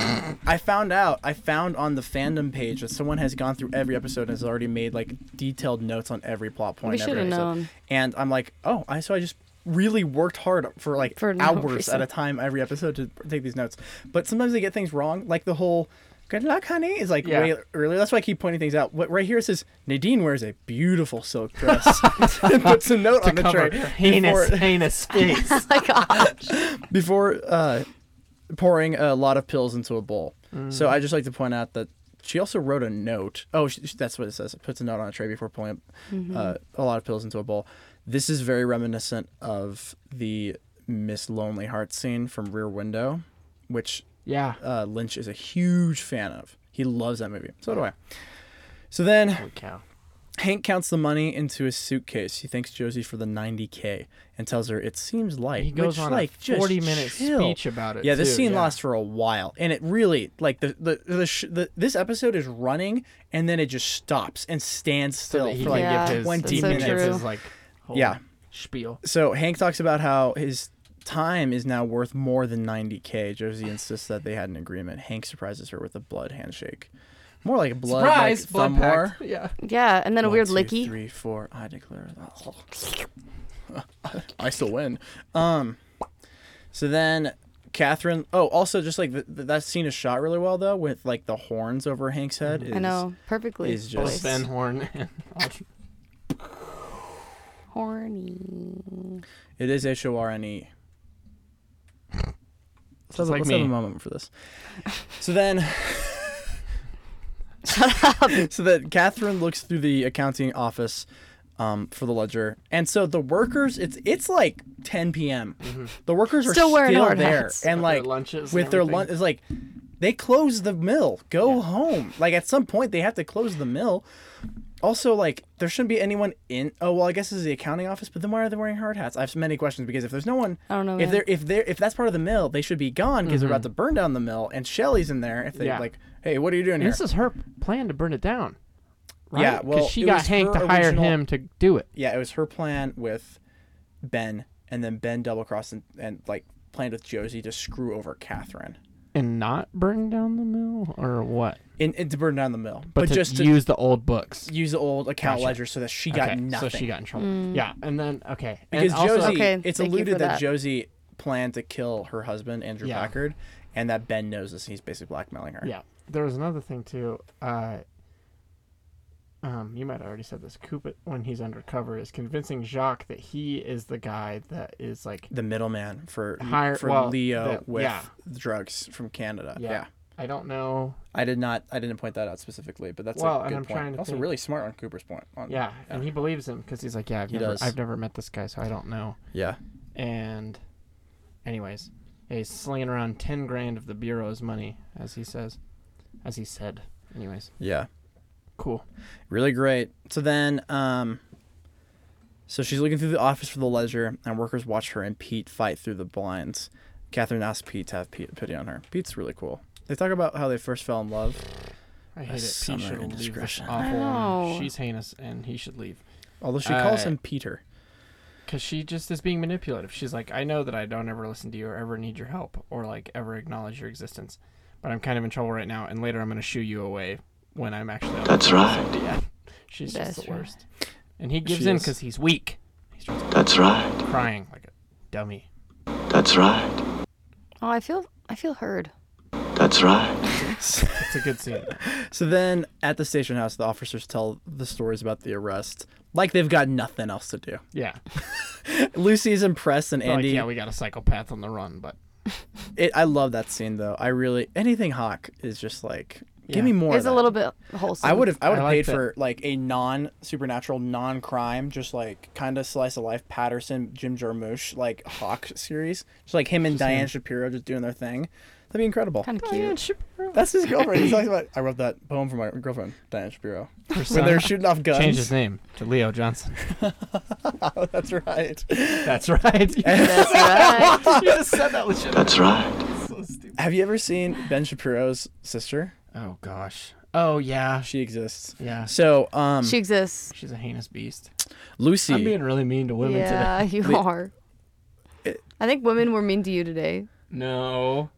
S2: I found out I found on the fandom page that someone has gone through every episode and has already made like detailed notes on every plot point.
S3: We
S2: every
S3: should have
S2: episode.
S3: known.
S2: And I'm like, oh, I so I just really worked hard for like
S3: For no
S2: hours
S3: reason.
S2: at a time every episode to take these notes. But sometimes they get things wrong, like the whole good luck, honey, is like
S5: Yeah.
S2: way earlier. That's why I keep pointing things out. What right here it says Nadine wears a beautiful silk dress. *laughs* and puts a note on the
S5: cover
S2: tray *laughs*
S5: her heinous,
S2: before-
S5: heinous face.
S3: my God.
S2: before uh, pouring a lot of pills into a bowl. So I just like to point out that she also wrote a note. Oh, sh sh- that's what it says. It puts a note on a tray before pouring uh, a lot of pills into a bowl. This is very reminiscent of the Miss Lonely Heart scene from Rear Window, which
S5: yeah.
S2: uh, Lynch is a huge fan of. He loves that movie. So do I. So then
S5: Holy cow.
S2: Hank counts the money into his suitcase. He thanks Josie for the 90K and tells her it seems light.
S5: He goes
S2: which,
S5: on
S2: like,
S5: a
S2: just
S5: 40 minute
S2: chill.
S5: speech about it.
S2: Yeah, this
S5: too,
S2: scene lasts for a while, and it really like the the the, sh- the this episode is running, and then it just stops and stands
S5: So
S2: still
S5: that he
S2: for
S5: can
S2: like
S3: Yeah,
S5: give his,
S2: 20
S5: so
S2: minutes.
S5: Give
S3: true.
S5: his, like, whole
S2: Yeah.
S5: Spiel.
S2: So Hank talks about how his time is now worth more than 90k. Josie insists that they had an agreement. Hank surprises her with a blood handshake, more like a blood
S5: Surprise!
S2: like,
S5: blood
S2: thumb war.
S5: pact. Yeah.
S3: Yeah, and then a
S2: One,
S3: weird
S2: two,
S3: licky.
S2: Three, four. I declare. *laughs* I still win. Um. So then, Catherine. Oh, also, just like th th- that scene is shot really well though, with like the horns over Hank's head. Is,
S3: Mm-hmm. I know perfectly.
S2: is
S5: Both
S2: just-
S3: placed.
S5: Ben
S2: *laughs*
S5: Horn and
S3: horny.
S2: It is H O R N E. Let's, have, a-
S5: like
S2: let's have
S5: me.
S2: a moment for this. *laughs* So
S3: *laughs*
S2: then. so that Catherine looks through the accounting office um, for the ledger, and so the workers. It's it's like 10 p.m. The workers are
S3: Still wearing hard
S2: there,
S3: hats.
S2: and
S5: With Mm-hmm. their
S2: like
S5: lunches
S2: with
S5: and
S2: their
S5: everything.
S2: lunch. It's like they close the mill. Go home. Like at some point they have to close the mill. Also, like there shouldn't be anyone in. Oh well, I guess this is the accounting office. But then why are they wearing hard hats? I have many questions because if there's no one,
S3: I don't know,
S2: If
S3: man.
S2: they're if they're if that's part of the mill, they should be gone because they're about to burn down the mill. And Shelly's in there. If they
S5: Mm-hmm. Yeah.
S2: like, hey, what are you doing
S5: And
S2: here?
S5: this is her plan to burn it down. Right?
S2: Yeah, well,
S5: because she
S2: it
S5: got
S2: was
S5: Hank
S2: her
S5: to hire
S2: original-
S5: him to do it.
S2: yeah, it was her plan with Ben, and then Ben double crossed and, and like planned with Josie to screw over Catherine
S5: and not burn down the mill or what?
S2: and, and to burn down the mill,
S5: But,
S2: but,
S5: to
S2: just to
S5: use the old books.
S2: use the old account
S5: Gotcha.
S2: ledger so that she got
S5: okay,
S2: nothing.
S5: So she got in trouble. Yeah, and then okay, and
S2: because
S5: also-
S2: Josie,
S3: Okay,
S2: it's
S3: thank you
S2: alluded
S3: for
S2: that.
S3: that.
S2: Josie planned to kill her husband Andrew
S5: Yeah.
S2: Packard, and that Ben knows this. And he's basically blackmailing her.
S5: Yeah, there was another thing too. Uh, um, you might have already said this. Coopit, when he's undercover, is convincing Jacques that he is the guy that is like.
S2: the middleman for
S5: Hire-
S2: for
S5: well,
S2: Leo
S5: the-
S2: with
S5: yeah.
S2: the drugs from Canada.
S5: Yeah.
S2: Yeah.
S5: I don't know.
S2: I did not. I didn't point that out specifically, but that's a
S5: Well, and
S2: good
S5: I'm
S2: point.
S5: trying to
S2: also,
S5: think-
S2: really smart on Cooper's point. On,
S5: Yeah, and he believes him because he's like, yeah, I've
S2: He
S5: never,
S2: does.
S5: I've never met this guy, so I don't know.
S2: yeah.
S5: And, anyways, yeah, he's slinging around ten grand of the bureau's money, as he says, as he said. Anyways,
S2: Yeah.
S5: cool.
S2: Really great. So then, um, so she's looking through the office for the ledger, and workers watch her and Pete fight through the blinds. Catherine asks Pete to have Pete pity on her. Pete's really cool. They talk about how they first fell in love.
S5: I hate it.
S2: summer
S5: Pete should leave this
S2: indiscretion.
S5: awful
S3: I
S5: woman.
S3: know.
S5: She's heinous, and he should leave.
S2: Although she calls
S5: Uh,
S2: him Peter.
S5: Because she just is being manipulative. She's like, I know that I don't ever listen to you or ever need your help or like ever acknowledge your existence, but I'm kind of in trouble right now, and later I'm going to shoo you away when I'm actually. out of
S1: That's
S5: the room."
S1: right.
S5: Yeah. She's
S3: That's
S5: just the
S3: right.
S5: worst. And he gives
S2: She
S5: in
S2: is.
S5: because he's weak. He's just
S1: That's right.
S5: crying like a dummy.
S1: That's right.
S3: Oh, I feel I feel heard.
S1: That's right.
S5: It's a good scene.
S2: So then, at the station house, the officers tell the stories about the arrest, like they've got nothing else to do. *laughs*
S5: Yeah. *laughs*
S2: Lucy is impressed, and
S5: They're like,
S2: Andy.
S5: yeah, we got a psychopath on the run, but
S2: it, I love that scene though. I really anything Hawk is just like,
S5: Yeah.
S2: give me more. of
S3: It's a
S2: that."
S3: little bit wholesome.
S2: I would have I would
S5: I
S2: have
S5: like
S2: paid
S5: that.
S2: for like a non supernatural, non crime, just like kind of slice of life Patterson, Jim Jarmusch like Hawk series, just like him and Diane Shapiro just doing their thing. That'd be incredible.
S3: kind of cute.
S2: That's his girlfriend. He
S3: *laughs*
S2: talks about. I wrote that poem for my girlfriend, Diane Shapiro. When
S5: son-
S2: they're shooting off guns.
S5: change his name to Leo *laughs* Johnson.
S2: *laughs* That's right.
S5: That's right. *laughs* You
S3: That's
S2: *laughs*
S3: right.
S5: just said that legitimately.
S1: That's right.
S5: So stupid.
S2: Have you ever seen Ben Shapiro's sister?
S5: Oh gosh. Oh yeah.
S2: She exists.
S5: Yeah.
S2: So, um,
S3: She exists.
S5: She's a heinous beast.
S2: Lucy.
S5: I'm being really mean to women today.
S3: Yeah, you
S2: We-
S3: are. I think women were mean to you today.
S5: No.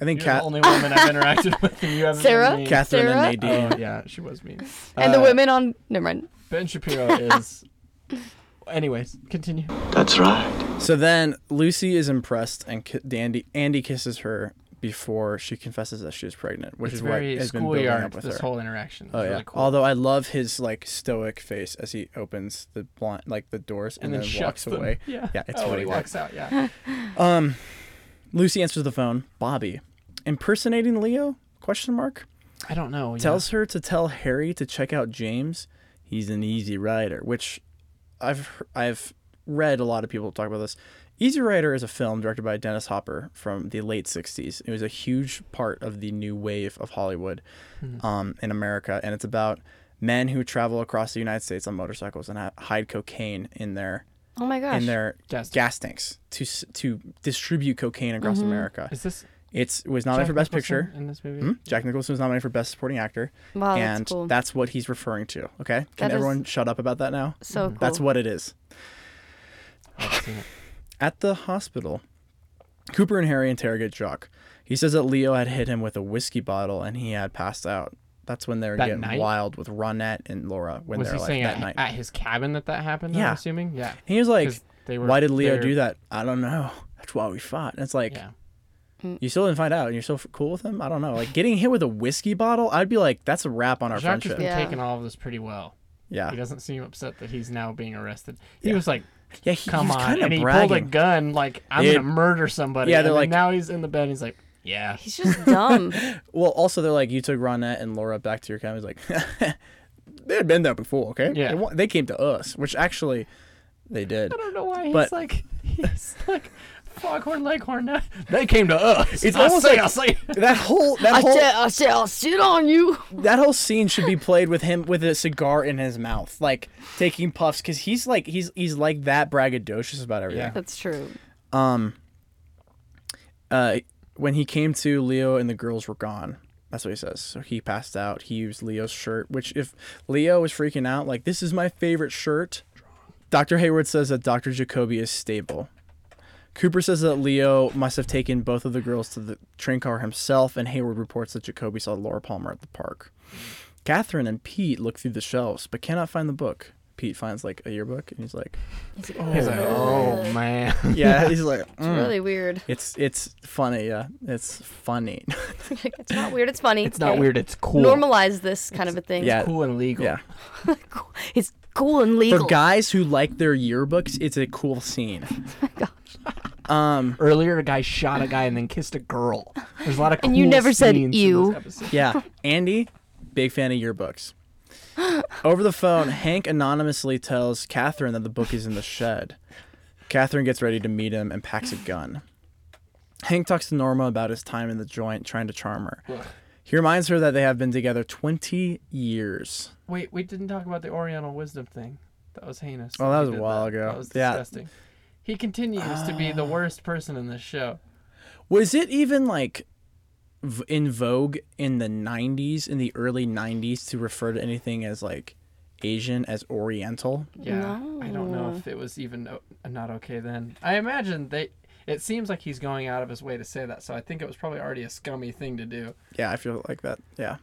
S2: I think
S5: You're
S2: Cat,
S5: the only woman I've *laughs* interacted with and you haven't been
S3: Sarah?
S5: mean.
S2: Catherine
S3: Sarah?
S2: and Nadine.
S5: Oh, yeah, she was mean.
S3: And the
S5: Uh,
S3: women on never mind.
S5: Ben Shapiro is *laughs* anyways, continue.
S1: That's right.
S2: So then Lucy is impressed, and ki- Andy Andy kisses her before she confesses that she's pregnant, which
S5: It's
S2: is what
S5: very
S2: has been building
S5: schoolyard.
S2: up with
S5: This
S2: her.
S5: whole interaction. It's
S2: oh yeah.
S5: Really cool.
S2: Although I love his like stoic face as he opens the blind like the doors and,
S5: and then,
S2: walks
S5: shucks them.
S2: away.
S5: Yeah.
S2: Yeah, it's
S5: oh, when
S2: really
S5: he
S2: good.
S5: walks out. Yeah.
S2: Um, Lucy answers the phone. Bobby, impersonating Leo? Question mark.
S5: *laughs* I don't know. yeah.
S2: Tells her to tell Harry to check out James. He's an easy rider, which I've he- I've read a lot of people talk about this. Easy Rider is a film directed by Dennis Hopper from the late '60s. It was a huge part of the new wave of Hollywood
S5: Mm-hmm.
S2: um, in America, and it's about men who travel across the United States on motorcycles and ha- hide cocaine in their
S3: Oh my gosh.
S2: in their
S5: Gas-
S2: gas tanks to s- to distribute cocaine across America.
S5: Mm-hmm. Is this
S2: It's it was nominated for Best
S5: Nicholson
S2: Picture.
S5: in this movie?
S2: Hmm? Jack Nicholson was nominated for Best Supporting Actor,
S3: Wow, Oh, that's
S2: and
S3: cool.
S2: that's what he's referring to. Okay, can
S3: That is-
S2: everyone shut up about that now?
S3: so cool.
S2: That's what it is.
S5: I haven't seen it.
S2: At the hospital, Cooper and Harry interrogate Jock. He says that Leo had hit him with a whiskey bottle and he had passed out. That's when they were
S5: That
S2: getting
S5: night?
S2: wild with Ronette and Laura when
S5: Was
S2: they're
S5: he
S2: like
S5: saying
S2: that
S5: at,
S2: night.
S5: at his cabin that that happened?
S2: Yeah.
S5: I'm assuming. Yeah.
S2: he was like,
S5: 'Cause they were-
S2: "Why did Leo
S5: they're-
S2: do that? I don't know. That's why we fought." And it's like,
S5: Yeah.
S3: Hmm.
S2: You still didn't find out, and you're still f- cool with him. I don't know. Like getting hit with a whiskey bottle, I'd be like, "That's a wrap on our
S5: Jacques has
S2: friendship."
S5: been
S3: Yeah.
S5: taking all of this pretty well.
S2: yeah,
S5: He doesn't seem upset that he's now being arrested. He
S2: Yeah.
S5: was like,
S2: yeah. He,
S5: "Come
S2: he's
S5: on!"
S2: kind
S5: And
S2: of
S5: he
S2: bragging.
S5: pulled a gun, like, "I'm
S2: Dude.
S5: gonna murder somebody."
S2: Yeah,
S5: And
S2: they're
S5: then
S2: like-
S5: now he's in the bed. And he's like, "Yeah."
S3: He's
S2: *laughs*
S3: just dumb.
S2: well, also they're like, "You took Ronette and Laura back to your cabin." He's like, *laughs* "They had been there before, okay?
S5: Yeah.
S2: they, wa- they came to us, which actually they did.
S5: *laughs* I don't know why he's
S2: But-
S5: like, *laughs* he's like, foghorn leghorn. Now. They came to us.
S2: It's
S5: I
S2: almost
S5: say,
S2: like-
S5: I say.
S2: That whole that
S3: I
S2: whole
S3: said, I said, I'll shit on you.
S2: that whole scene should be played with him with a cigar in his mouth, like taking puffs, because he's like he's he's like that braggadocious about everything.
S5: Yeah.
S3: That's true.
S2: uh, when he came to, Leo and the girls were gone. That's what he says. So he passed out. He used Leo's shirt, which if Leo was freaking out, like this is my favorite shirt. Dr. Hayward says that Dr. Jacoby is stable. Cooper says that Leo must have taken both of the girls to the train car himself, and Hayward reports that Jacoby saw Laura Palmer at the park. Catherine and Pete look through the shelves but cannot find the book. Pete finds like a yearbook, and he's like,
S5: He's *laughs* like, "Oh man." *laughs*
S2: "Yeah." *laughs* He's like, "Mm."
S3: Really weird.
S2: "It's it's funny, yeah, it's funny."
S3: it's not weird. It's funny.
S5: It's not weird. It's cool.
S3: Normalize this kind of a thing.
S2: yeah,
S5: Cool and legal.
S2: yeah.
S3: It's cool and legal.
S2: For guys who like their yearbooks, it's a cool scene. Um,
S5: Earlier, a guy shot a guy and then kissed a girl. There's a lot of cool
S3: And you never said
S5: scenes in
S3: ew.
S5: this episode.
S2: yeah, Andy, big fan of yearbooks. Over the phone, Hank anonymously tells Catherine that the book is in the shed. Catherine gets ready to meet him and packs a gun. Hank talks to Norma about his time in the joint, trying to charm her. He reminds her that they have been together 20 years.
S5: Wait, we didn't talk about the Oriental wisdom thing. That was heinous.
S2: Oh, that was
S5: He
S2: a
S5: did
S2: while ago.
S5: That was
S2: Yeah.
S5: disgusting. He continues to be the worst person in this show.
S2: Was it even like v- in vogue in the 90s, in the early 90s, to refer to anything as like Asian as Oriental?
S5: Yeah. I don't know if it was even o- not okay then. I imagine they. It seems like he's going out of his way to say that, so I think it was probably already a scummy thing to do.
S2: Yeah, I feel like that. Yeah.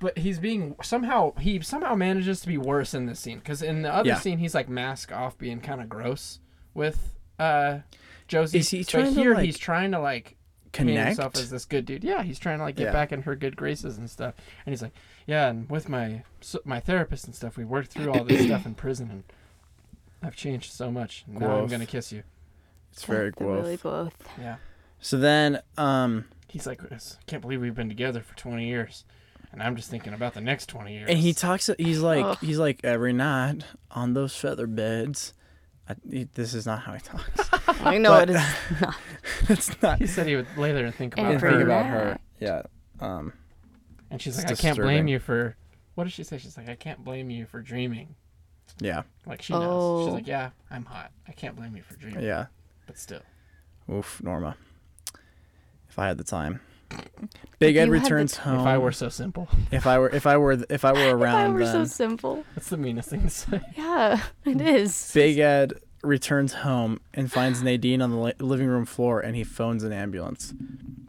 S5: But he's being somehow he somehow manages to be worse in this scene because in the other
S2: Yeah.
S5: scene he's like mask off, being kind of gross with uh Josie.
S2: Is he
S5: so
S2: trying to,
S5: here
S2: like,
S5: he's trying to like paint himself as
S2: Connect.
S5: this good dude. Yeah, he's trying to like get
S2: Yeah.
S5: back in her good graces and stuff. And he's like, yeah, and with my so, my therapist and stuff, we worked through all this stuff in prison, and I've changed so much. Now I'm
S2: Growth.
S5: gonna kiss you.
S2: It's very cool.
S3: Really both.
S5: Yeah.
S2: So then, um,
S5: He's like, I can't believe we've been together for 20 years, and I'm just thinking about the next 20 years.
S2: and he talks. He's like,
S3: Ugh.
S2: he's like every night on those feather beds. I, he- this is not how he talks. *laughs*
S3: *laughs* I know
S2: But-
S3: it is.
S2: It's not.
S5: he said he would lay there and think
S3: And
S5: about
S2: And
S5: her,
S2: think
S3: pretty
S2: about her. Yeah. Um,
S5: and she's
S2: It's
S5: like, I can't blame
S2: disturbing.
S5: you for. What does she say? She's like, I can't blame you for dreaming.
S2: yeah.
S5: Like she knows. She's
S3: Oh.
S5: like, yeah, I'm hot. I can't blame you for dreaming.
S2: Yeah.
S5: But still.
S2: Oof, Norma. If I had the time. Big Ed
S3: you had the
S2: returns home.
S5: If I were so simple. *laughs*
S2: If I were, if I were, if I were
S3: *laughs* If I
S2: around,
S3: were so
S2: then
S3: simple.
S5: That's the meanest thing to say.
S3: Yeah, it is.
S2: Big Ed returns home and finds Nadine on the li- living room floor, and he phones an ambulance.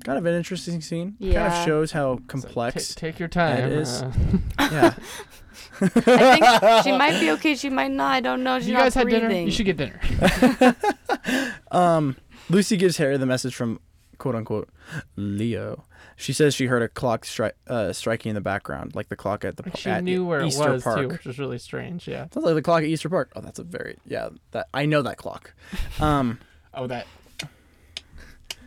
S2: Kind of an interesting scene. Kind
S3: Yeah.
S2: of shows how
S5: So
S2: complex.
S5: ta- take your time.
S2: That is- *laughs*
S5: uh,
S2: yeah.
S3: I think
S2: *laughs*
S3: she might be okay. She might not. I don't know. She's
S5: you
S3: not
S5: guys had
S3: breathing.
S5: dinner. You should get dinner.
S2: Lucy gives Harry the message from quote unquote Leo. She says she heard a clock stri- uh, striking in the background, like the clock at the
S5: Like
S2: par-
S5: *laughs* she
S2: at
S5: knew where
S2: Easter
S5: it was
S2: Park.
S5: too, which was really strange. Yeah.
S2: Sounds like the clock at Easter Park. Oh, that's a very yeah. That I know that clock. Um,
S5: Oh, that.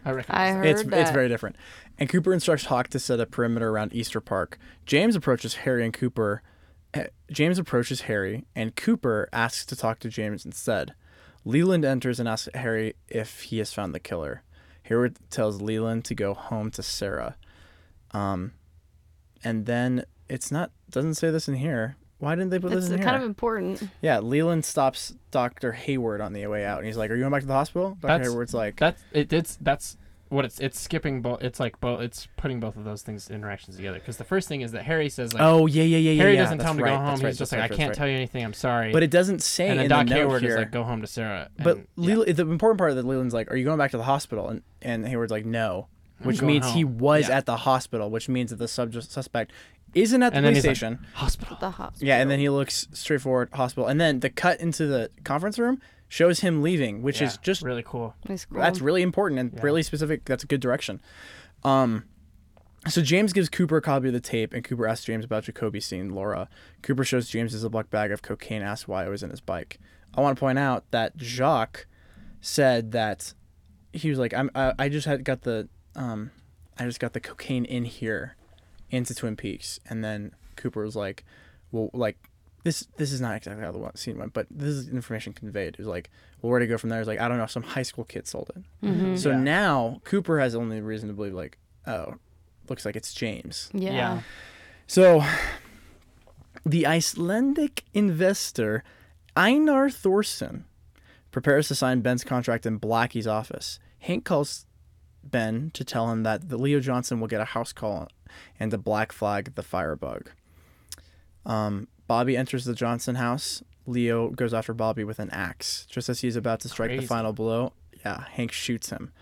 S5: I recognize.
S3: I
S5: that.
S3: heard
S2: it's
S3: that.
S2: it's very different. And Cooper instructs Hawk to set a perimeter around Easter Park. James approaches Harry and Cooper. eh, James approaches Harry, and Cooper asks to talk to James instead. Leland enters and asks Harry if he has found the killer. Harry tells Leland to go home to Sarah. Um, and then it's not doesn't say this in here. Why didn't they put
S3: It's
S2: this in here?
S3: kind of important.
S2: Yeah, Leland stops Dr. Hayward on the way out, and he's like, "Are you going back to the hospital?" Dr.
S5: That's-
S2: Hayward's like,
S5: That's it. It's that's what it's. It's skipping both. It's like both. It's putting both of those things interactions together. Because the first thing is that Harry says like,
S2: "Oh yeah, yeah, yeah, yeah."
S5: Harry
S2: yeah,
S5: doesn't
S2: that's
S5: tell him to
S2: right,
S5: go home.
S2: that's
S5: He's
S2: right,
S5: just
S2: that's
S5: like,
S2: right,
S5: I
S2: that's
S5: can't
S2: right."
S5: tell you anything. I'm sorry.
S2: But it doesn't say
S5: and then
S2: in
S5: Doc
S2: the note
S5: Hayward
S2: here.
S5: is like, go home to Sarah.
S2: but
S5: and- yeah.
S2: Leland, the important part that Leland's like, "Are you going back to the hospital?" and and Hayward's like, "No," which
S5: going
S2: means he
S5: home.
S2: was
S5: Yeah.
S2: at the hospital, which means that the subject suspect isn't at the
S5: And then
S2: police
S5: he's like,
S2: station.
S5: hospital.
S3: The hospital.
S2: yeah, and then he looks straight forward hospital, and then the cut into the conference room shows him leaving, which is
S5: Yeah,
S2: just
S5: really cool.
S3: It's cool.
S2: That's really important and really specific. That's a good direction. Um, so James gives Cooper a copy of the tape, and Cooper asks James about Jacoby seeing Laura. Cooper shows James his black bag of cocaine, asks why it was in his bike. I want to point out that Jacques said that he was like, "I'm, I, I just had got the, um, I just got the cocaine in here, into Twin Peaks," and then Cooper was like, "Well, like." This, this is not exactly how the one- scene went, but this is information conveyed. It was like, well, where to go from there? It was like, I don't know. Some high school kid sold it. So now Cooper has only reason to believe, like, oh, looks like it's James.
S3: yeah.
S5: Yeah.
S2: So the Icelandic investor Einar Thorson prepares to sign Ben's contract in Blackie's office. Hank calls Ben to tell him that the Leo Johnson will get a house call and to black flag the firebug. Um, Bobby enters the Johnson house. Leo goes after Bobby with an axe. Just as he's about to strike the
S5: Crazy.
S2: final blow, yeah, Hank shoots him.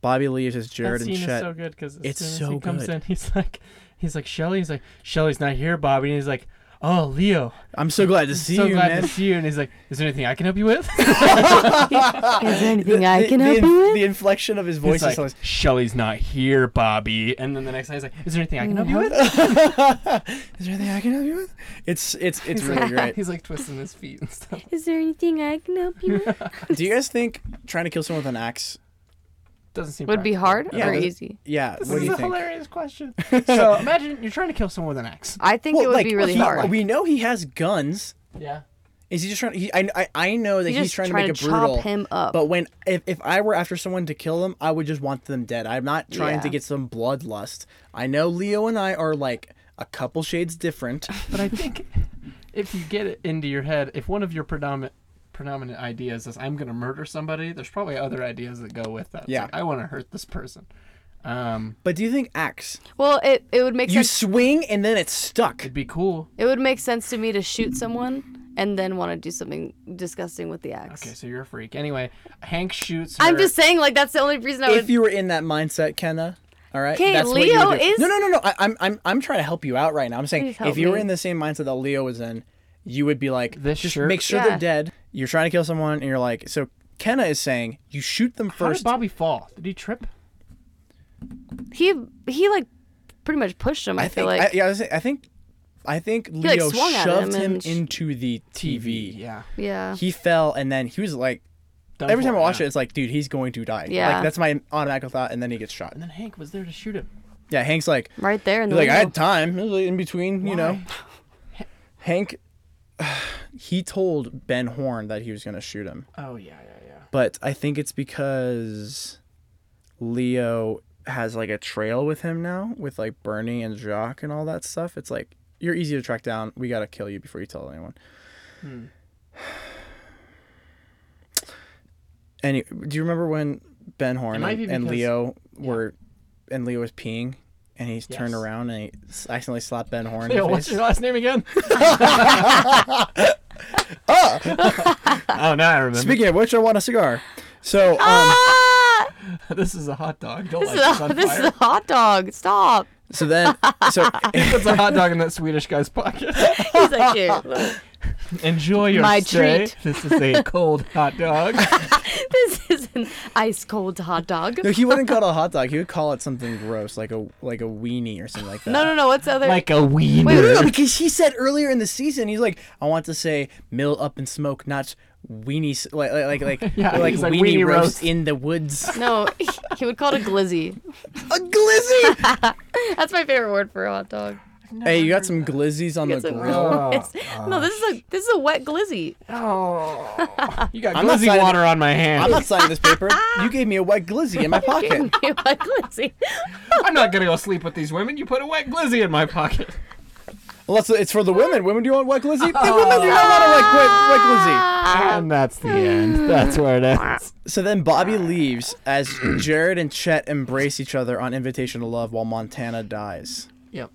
S2: Bobby leaves as Jared
S5: that
S2: and
S5: scene
S2: Chet.
S5: is so good because
S2: It's
S5: soon as
S2: so
S5: he comes
S2: good.
S5: in, *laughs* he's like, he's like Shelly. He's like Shelly's not here, Bobby. And he's like, oh Leo,
S2: I'm so glad to see
S5: *laughs* so
S2: you,
S5: glad
S2: man.
S5: to see you. And he's like, is there anything I can help you with? *laughs*
S3: Is there anything
S2: *laughs*
S3: I
S2: The-
S3: can
S2: the,
S3: help
S2: in-
S3: you with?
S2: The inflection of his voice
S5: He's
S2: is
S3: *laughs*
S5: like,
S2: always,
S5: Shelly's not here, Bobby. And then the next night, he's like, is there anything I can help you
S3: Mm-hmm.
S5: with?
S2: Is there anything I can help you with? It's
S3: *laughs*
S2: it's *laughs* it's really great.
S5: *laughs* He's like twisting his feet and stuff.
S3: Is there anything I can help you
S2: *laughs*
S3: with?
S2: Do you guys think trying to kill someone with an axe?
S5: Doesn't seem
S3: Would be
S5: practical.
S3: hard
S2: Yeah,
S3: or
S2: that's-
S3: easy?
S2: Yeah.
S5: This
S2: what
S5: is
S2: do you
S5: a
S2: think?
S5: hilarious
S2: *laughs*
S5: question. So imagine you're trying to kill someone with an axe.
S3: I think it would
S2: like,
S3: be really
S2: he-
S3: hard.
S2: We know he has guns.
S5: Yeah.
S2: Is he just trying? He, I, I I know that
S3: You
S2: he's
S3: just
S2: trying to
S3: try
S2: make
S3: to
S2: it
S3: chop
S2: brutal.
S3: him up.
S2: But when if, if I were after someone to kill them, I would just want them dead. I'm not trying to
S3: Yeah.
S2: get some bloodlust. I know Leo and I are like a couple shades
S3: *laughs*
S2: different.
S5: But I think if you get it into your head, if one of your predominant predominant ideas is I'm gonna murder somebody, there's probably other ideas that go with that. It's
S2: Yeah.
S5: like, I wanna hurt this person. Um
S2: But do you think axe?
S3: well, it, it would make
S2: You
S3: sense.
S2: swing and then it's stuck.
S5: it'd be cool.
S3: It would make sense to me to shoot someone and then want to do something disgusting with the axe.
S5: Okay, so you're a freak. Anyway, Hank shoots her.
S3: I'm just saying, like that's the only reason I
S2: if
S3: would.
S2: you were in that mindset, Kenna. All right.
S3: Okay,
S2: that's what you
S3: Leo
S2: would do.
S3: is-
S2: No, no, no, no. I, I'm, I'm, I'm trying to help you out right now. I'm saying
S3: Please help
S2: if you were
S3: me.
S2: in the same mindset that Leo was in, you would be like,
S5: This
S2: just
S5: shirt-
S2: make sure
S3: Yeah.
S2: they're dead. You're trying to kill someone, and you're like, so Kenna is saying you shoot them
S5: How did
S2: first.
S5: Bobby fall? Did he trip?
S3: He he like pretty much pushed him. I,
S2: I
S3: feel
S2: think.
S3: like
S2: I, yeah, I, was saying- I think. I think Leo
S3: like, swung at
S2: shoved
S3: him
S2: him,
S3: and sh-
S2: into the TV.
S5: Yeah.
S3: yeah.
S2: He fell, and then he was like.
S5: Done
S2: every
S5: for,
S2: time I watch
S5: yeah.
S2: it, it's like, dude, he's going to die.
S3: Yeah.
S2: Like that's my automatic thought, and then he gets shot.
S5: And then Hank was there to shoot him.
S2: Yeah, Hank's like,
S3: right there in the
S2: He's like, I
S3: window.
S2: had time It was, like, in between, you know.
S5: Why?
S2: *sighs* Hank, he told Ben Horn that he was going to shoot him.
S5: Oh yeah, yeah, yeah. *laughs*
S2: But I think it's because Leo has like a trail with him now, with like Bernie and Jacques and all that stuff. It's like, you're easy to track down. We got to kill you before you tell anyone.
S5: Hmm.
S2: Any, do you remember when Ben Horn
S5: might
S2: and,
S5: be
S2: and
S5: because-
S2: Leo were, and Leo was peeing? And he turned
S5: Yes.
S2: around and he accidentally slapped Ben Horn. in
S5: *laughs* Leo,
S2: the
S5: what's
S2: face?
S5: your last
S2: *laughs*
S5: name again? *laughs*
S2: Uh.
S5: oh, now I remember.
S2: Speaking of which, I want a cigar. So, um,
S3: Ah!
S5: *laughs* this is a hot dog.
S3: *laughs*
S5: Don't
S3: This,
S5: like
S3: is a, *laughs*
S5: this on
S3: this is
S5: fire.
S3: a hot dog. Stop.
S2: so then,
S5: *laughs*
S2: so *laughs*
S5: That's a hot dog in that Swedish guy's pocket.
S3: He's like, here.
S5: *laughs*
S2: *laughs*
S5: Enjoy your
S3: My
S5: stay.
S3: treat.
S5: *laughs* This is a cold hot dog.
S3: *laughs* this is an ice cold hot dog.
S2: No, he wouldn't call it a hot dog. He would call it something gross, like a like a weenie or something like that. *laughs*
S3: No, no, no. What's the other?
S5: a wiener.
S2: Wait, no, no,
S5: *laughs*
S2: because he said earlier in the season, he's like, I want to say mill up in smoke, not weenie, s- like like like like,
S5: Yeah,
S2: like,
S5: he's like,
S2: weenie,
S5: "Weenie
S2: roast,
S5: roast."
S2: in the woods.
S3: no, *laughs* he, he would call it a glizzy.
S2: a glizzy.
S3: That's my favorite word for a hot dog.
S2: *laughs* hey, you got some glizzies on the
S3: It's a-
S2: grill.
S3: it's-
S2: Uh,
S3: no, this is a this is a wet glizzy.
S5: Oh. You got
S2: I'm not
S5: glizzy
S2: signing-
S5: water on my
S2: I'm
S5: hand.
S2: not signing this paper. You gave me a wet glizzy
S3: *laughs*
S2: in my
S3: Give
S2: pocket.
S3: me a wet glizzy.
S5: I'm not gonna go sleep with these women. You put a wet glizzy in my pocket.
S2: Unless it's for the women. Women, do you want wet glizzy? Hey, women, do you want a wet, wet, wet glizzy?
S5: And that's the end. That's where it ends.
S2: So then Bobby leaves as Jared and Chet embrace each other on Invitation to Love while Montana dies.
S5: Yep.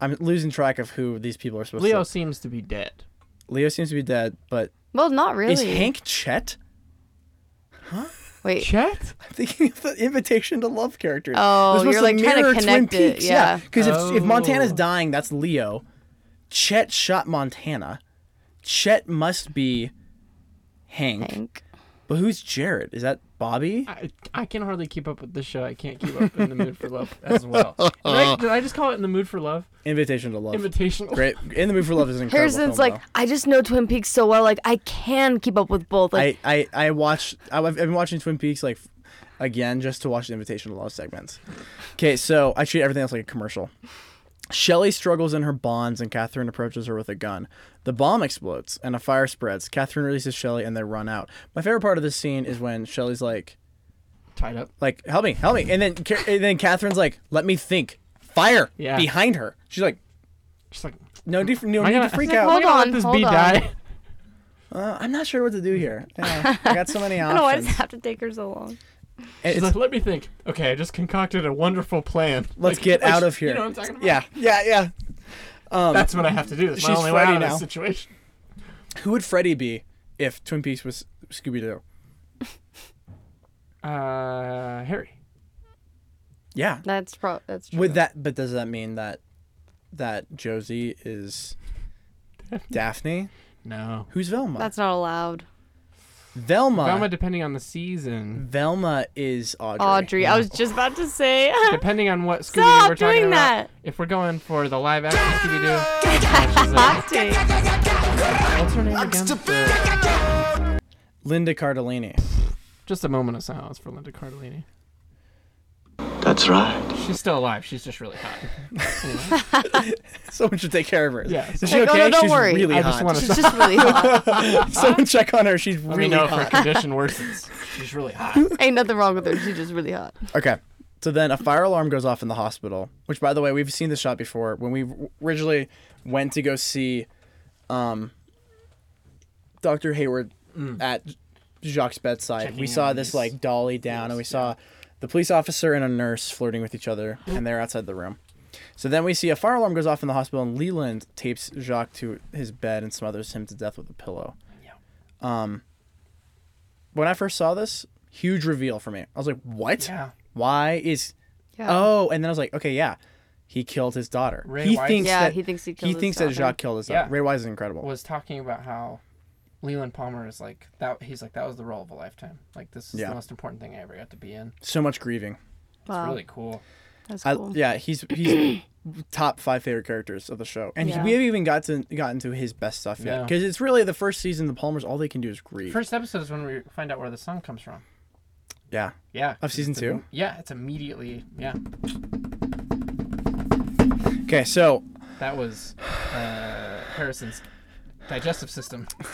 S2: I'm losing track of who these people are supposed
S5: Leo
S2: to
S5: seems to be dead.
S2: Leo seems to be dead, but
S3: Well, not really.
S2: is Hank Chet? *laughs*
S3: Wait.
S5: Chet?
S2: I'm thinking of the Invitation to Love character.
S3: Oh,
S2: They're supposed
S3: you're, like, trying to
S2: mirror
S3: connect it, yeah.
S2: Because if, if
S5: Oh.
S2: Montana's dying, that's Leo. Chet shot Montana. Chet must be Hank.
S3: Hank.
S2: But who's Jared? Is that Bobby?
S5: I, I can hardly keep up with this show. I can't keep up in the mood for love *laughs* as well. Did I, did I just call it in the mood for love?
S2: Invitation to Love.
S5: Invitational.
S2: Great. In the Mood for Love is an incredible.
S3: Harrison's
S2: film,
S3: like, I just know Twin Peaks so well, like I can keep up with both.
S2: though.
S3: Like,
S2: I, I I watched. I've I've been watching Twin Peaks like again just to watch the Invitation to Love segments. Okay, so I treat everything else like a commercial. Shelley struggles in her bonds, and Catherine approaches her with a gun. The bomb explodes, and a fire spreads. Catherine releases Shelley, and they run out. My favorite part of this scene is when Shelley's like,
S5: Tied up.
S2: like help me, help me, and then Ca- and then Catherine's like, let me think. Fire
S5: Yeah.
S2: behind her. She's like,
S5: Just like,
S2: no, need, no
S5: am I
S2: need
S5: *laughs* gonna,
S2: to freak
S5: am I
S2: out.
S3: Hold
S5: gonna
S3: on,
S5: Let this
S3: hold
S5: bee
S3: on.
S5: die.
S2: Uh, I'm not sure what to do
S5: *laughs*
S2: here. Yeah, I got so many
S3: I don't know why does
S2: options.
S3: it have to take her so long?
S2: And
S5: She's
S2: it's-
S5: like, let me think. Okay, I just concocted a wonderful plan.
S2: let's get out of here.
S5: You know what I'm talking about?
S2: Yeah, yeah, yeah.
S5: That's what I have to do. That's my
S2: She's
S5: only way out
S2: Freddy
S5: of
S2: now.
S5: this situation.
S2: Who would Freddy be if Twin Peaks was Scooby Doo?
S5: Uh, Harry.
S2: Yeah.
S3: That's pro. That's true.
S2: Would that? But does that mean that that Josie
S3: *laughs*
S2: is Daphne?
S5: No.
S2: Who's Velma?
S3: That's not allowed.
S2: Velma.
S5: Velma,
S2: Velma,
S5: depending on the season,
S2: is Audrey.
S3: Audrey, I was just about to say. *laughs*
S5: depending on what Scooby
S3: Stop
S5: we're talking
S3: doing
S5: about.
S3: that.
S5: If we're going for the live action Scooby Doo,
S3: Acting.
S5: what's her name again? The-
S2: Linda Cardellini. *laughs*
S5: Just a moment of silence for Linda Cardellini.
S1: That's right.
S5: She's still alive. She's just really hot.
S2: Someone should take care of her.
S5: Yeah.
S2: Is she
S3: Like,
S2: okay?
S3: oh, no, don't
S2: She's
S3: worry.
S2: really
S5: I
S2: hot.
S5: just want to
S3: *laughs* She's just really hot.
S2: Someone check on her. She's
S5: let
S2: really
S5: me know
S2: hot.
S5: if her condition
S2: *laughs*
S5: worsens. She's really hot.
S3: Ain't nothing wrong with her. She's just really hot.
S2: Okay. So then a fire alarm goes off in the hospital, which by the way, we've seen this shot before. When we originally went to go see um, Dr. Hayward at Jacques' bedside, we
S5: Checking
S2: saw
S5: on
S2: this
S5: these-
S2: like dolly down and we saw the police officer and a nurse flirting with each other and they're outside the room. So then we see a fire alarm goes off in the hospital and Leland tapes Jacques to his bed and smothers him to death with a pillow. Um, when I first saw this, huge reveal for me. I was like, what?
S5: Yeah.
S2: Why is
S3: Yeah.
S2: oh? And then I was like, okay, yeah, he killed his daughter.
S5: Ray
S2: he
S5: Wise-
S2: thinks
S3: Yeah,
S2: that
S3: he thinks he killed his
S2: thinks that
S3: daughter.
S2: Jacques killed his
S5: Yeah.
S2: daughter. Ray Wise is incredible.
S5: Was talking about how Leland Palmer is like that. He's like that was the role of a lifetime. Like this is
S2: Yeah.
S5: the most important thing I ever got to be in.
S2: so much grieving.
S3: Wow.
S5: It's really cool.
S3: That's
S2: I,
S3: cool.
S2: yeah, he's
S3: *coughs*
S2: he's top five favorite characters of the show, and he-
S3: Yeah.
S2: we haven't even got to gotten to his best stuff yet
S5: No.
S2: because it's really the first season. The Palmers all they can do is grieve.
S5: First episode is when we find out where the sun comes from.
S2: yeah,
S5: Yeah.
S2: of season two.
S5: Yeah, it's immediately. Yeah,
S2: Okay, so
S5: that was uh, Harrison's
S2: *sighs*
S5: digestive system.
S2: *laughs*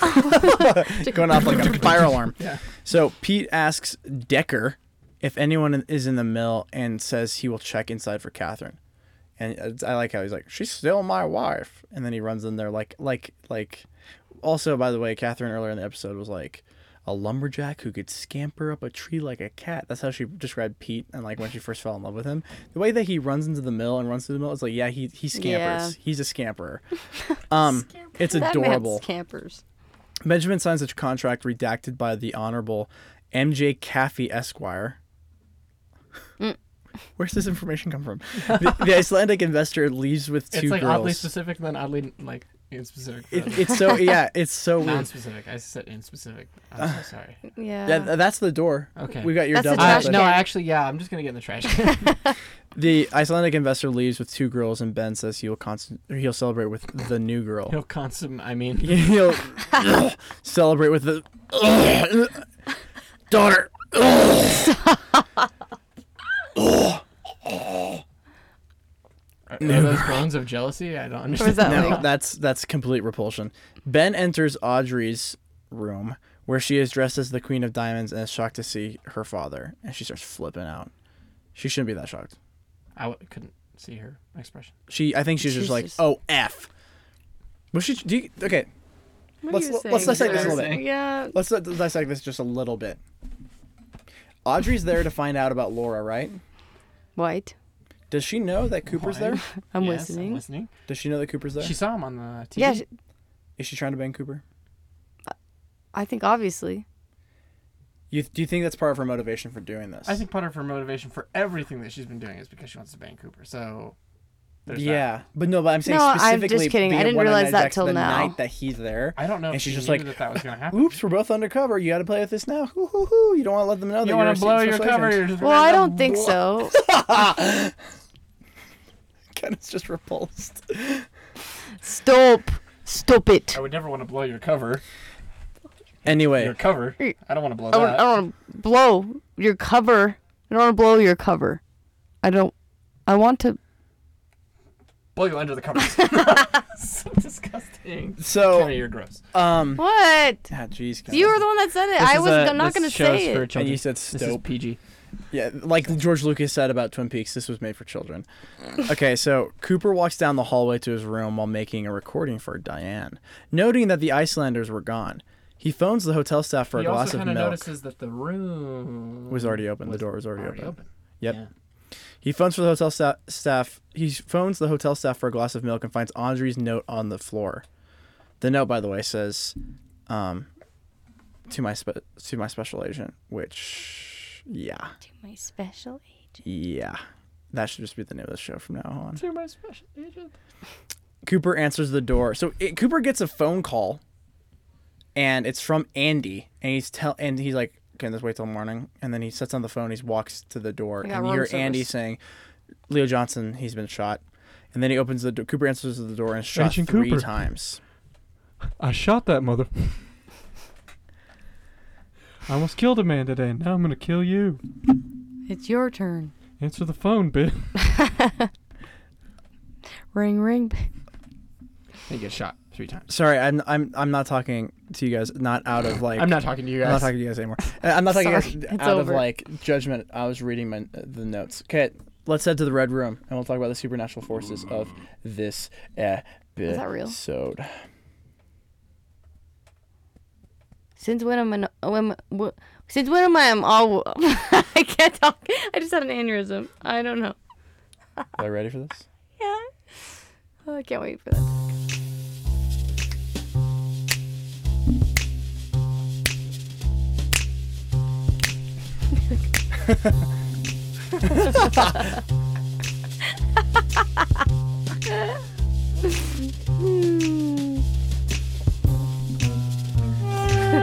S2: going off like a fire alarm.
S5: Yeah.
S2: So Pete asks Decker if anyone is in the mill and says he will check inside for Catherine. And it's- I like how he's like, she's still my wife. And then he runs in there like, like, like. Also, by the way, Catherine earlier in the episode was like a lumberjack who could scamper up a tree like a cat. That's how she described Pete and like when she first fell in love with him. The way that he runs into the mill and runs through the mill is like, yeah, he he scampers.
S3: Yeah.
S2: He's a scamperer. *laughs*
S3: *laughs*
S2: Um, it's
S3: that
S2: adorable.
S3: man's campers.
S2: Benjamin signs a contract redacted by the Honorable M.J. Caffey Esquire.
S3: Mm.
S2: Where's this information come from? The, the Icelandic investor leaves with two
S5: it's like
S2: girls.
S5: oddly specific, then oddly like in specific. For
S2: It,
S5: that.
S2: it's so yeah, it's so weird.
S5: non-specific. I said in specific. I'm
S2: *laughs*
S5: so sorry.
S3: Yeah.
S2: Yeah, th- that's the door.
S5: Okay.
S2: We got your
S3: That's the
S2: double.
S5: Uh,
S3: trash
S2: but
S5: no,
S3: can.
S5: actually, yeah. I'm just gonna get in the trash.
S2: *laughs*
S5: can.
S2: The Icelandic investor leaves with two girls, and Ben says he'll constant he'll celebrate with the new girl.
S5: no consum. I
S2: *laughs*
S5: mean,
S2: he'll
S3: *laughs*
S2: celebrate with the daughter.
S5: are, are those groans of jealousy? I don't
S3: Or is
S5: understand.
S2: *laughs*
S3: that
S2: No,
S3: like
S2: that's that's complete repulsion. Ben enters Audrey's room where she is dressed as the Queen of Diamonds and is shocked to see her father, and she starts flipping out. She shouldn't be that shocked.
S5: I w- couldn't see her expression.
S2: She, I think she's,
S3: She's
S2: just like,
S3: just-
S2: oh f. Was she? Do you, okay,
S3: what
S2: let's-
S3: are you
S2: let's dissect
S5: this a
S3: saying?
S5: little bit.
S3: Yeah.
S2: let's di- dissect this just a little bit. Audrey's there to find out about Laura, right?
S3: White.
S2: Does she know that Cooper's
S5: Why?
S2: there?
S3: I'm
S5: Yes,
S3: listening.
S5: I'm listening.
S2: Does she know that Cooper's there?
S5: She saw him on the TV.
S3: Yeah, sh-
S2: Is she trying to bang Cooper?
S3: I think obviously.
S2: You, do you think that's part of her motivation for doing this?
S5: I think part of her motivation for everything that she's been doing is because she wants to bang Cooper. So, there's that.
S2: Yeah, but no, but I'm saying
S3: No, I'm just
S2: specifically.
S3: kidding. I
S2: being
S3: didn't
S2: one of Nine
S3: realize that
S2: Jacks
S3: till
S2: the
S3: now.
S2: Night that he's there.
S5: I don't know.
S2: And
S5: if
S2: she's
S5: she
S2: just
S5: knew
S2: like,
S5: that that was gonna happen.
S2: "Oops, we're both undercover. You got to play with this now. Hoo hoo hoo! You don't want to let them know that
S5: You
S2: you're
S5: want to blow your
S2: special
S5: cover?
S2: agent."
S5: you're just
S3: Well,
S5: gonna
S3: I
S5: go
S3: don't think so.
S2: *laughs* Kenneth's just repulsed.
S5: *laughs*
S3: Stop. Stop it.
S5: I would never want to blow your cover.
S2: Anyway,
S5: Your cover.
S3: Hey.
S5: I don't want to blow
S3: I don't, I
S5: that.
S3: don't want to blow your cover. I don't want to blow your cover. I don't. I want to.
S5: Blow you under the cover. *laughs*
S3: *laughs*
S5: so disgusting. *laughs* Kenny,
S2: so
S5: you're gross.
S2: um,
S3: What?
S2: ah, jeez, Kenneth.
S3: You were the one that said it.
S7: This
S3: I
S7: is
S3: was
S7: a-
S3: not
S7: this
S3: going to
S7: show's
S3: say
S7: for
S3: it.
S2: and
S7: children.
S2: you said
S7: This is
S2: stope.
S7: PG.
S2: Yeah, like George Lucas said about Twin Peaks, this was made for children. Okay, so Cooper walks down the hallway to his room while making a recording for Diane, noting that the Icelanders were gone. He phones the hotel staff for
S5: he
S2: a glass
S5: also
S2: of
S5: kind
S2: milk.
S5: of notices that the room
S2: was already open. The
S5: was
S2: door was already,
S5: already
S2: open.
S5: open.
S2: Yep.
S5: Yeah.
S2: He phones for the hotel sta- staff. He phones the hotel staff for a glass of milk and finds Audrey's note on the floor. The note, by the way, says, um, "To my spe- to my special agent," which, yeah,
S3: My special agent.
S2: yeah, that should just be the name of the show from now on.
S5: To my special agent.
S2: Cooper answers the door. So it, Cooper gets a phone call, and it's from Andy, and he's tell and he's like, "Can this wait till morning?" And then he sits on the phone. He walks to the door,
S3: got
S2: and you
S3: room
S2: hear
S3: service.
S2: Andy saying, "Leo Johnson, he's been shot." And then he opens the door. Cooper answers the door and is shot
S7: Agent
S2: three
S7: Cooper.
S2: times.
S7: I shot that mother. I almost killed a man today, and now I'm gonna kill you.
S3: It's your turn.
S7: Answer the phone, bitch.
S3: Ring, ring.
S5: He gets shot three times.
S2: Sorry, I'm I'm I'm not talking to you guys. Not out of like
S5: I'm not talking to you
S2: I'm
S5: guys.
S2: not talking to you guys anymore. Uh, I'm not talking
S3: Sorry,
S2: to you guys
S3: it's
S2: out of
S3: over.
S2: like judgment. I was reading my, uh, the notes. Okay, let's head to the red room and we'll talk about the supernatural forces of this episode.
S3: that real? Since when am I? no- When, wh- since when am I? am all. *laughs* I can't talk. I just had an aneurysm. I don't know.
S2: Are you ready for this?
S3: Yeah. Oh, I can't wait for that.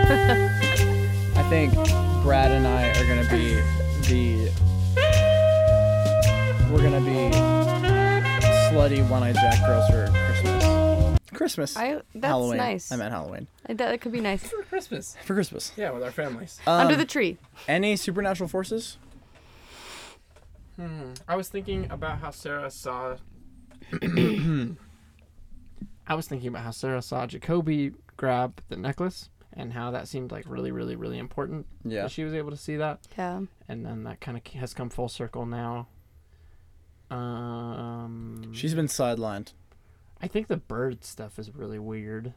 S2: I think Brad and I are gonna be the we're gonna be slutty one-eyed Jack girls for Christmas. Christmas.
S3: I that's
S2: Halloween.
S3: nice.
S2: I meant Halloween
S3: I- that, that could be nice.
S5: for Christmas.
S2: for Christmas.
S5: Yeah, with our families.
S3: Under
S2: Um,
S3: the tree.
S2: any supernatural forces?
S5: I was thinking about how Sarah saw. *clears throat* I was thinking about how Sarah saw Jacoby grab the necklace and how that seemed like really, really, really important.
S2: Yeah.
S5: that She was able to see that.
S3: Yeah.
S5: And then that kind of has come full circle now. Um,
S2: She's been sidelined.
S5: I think the bird stuff is really weird.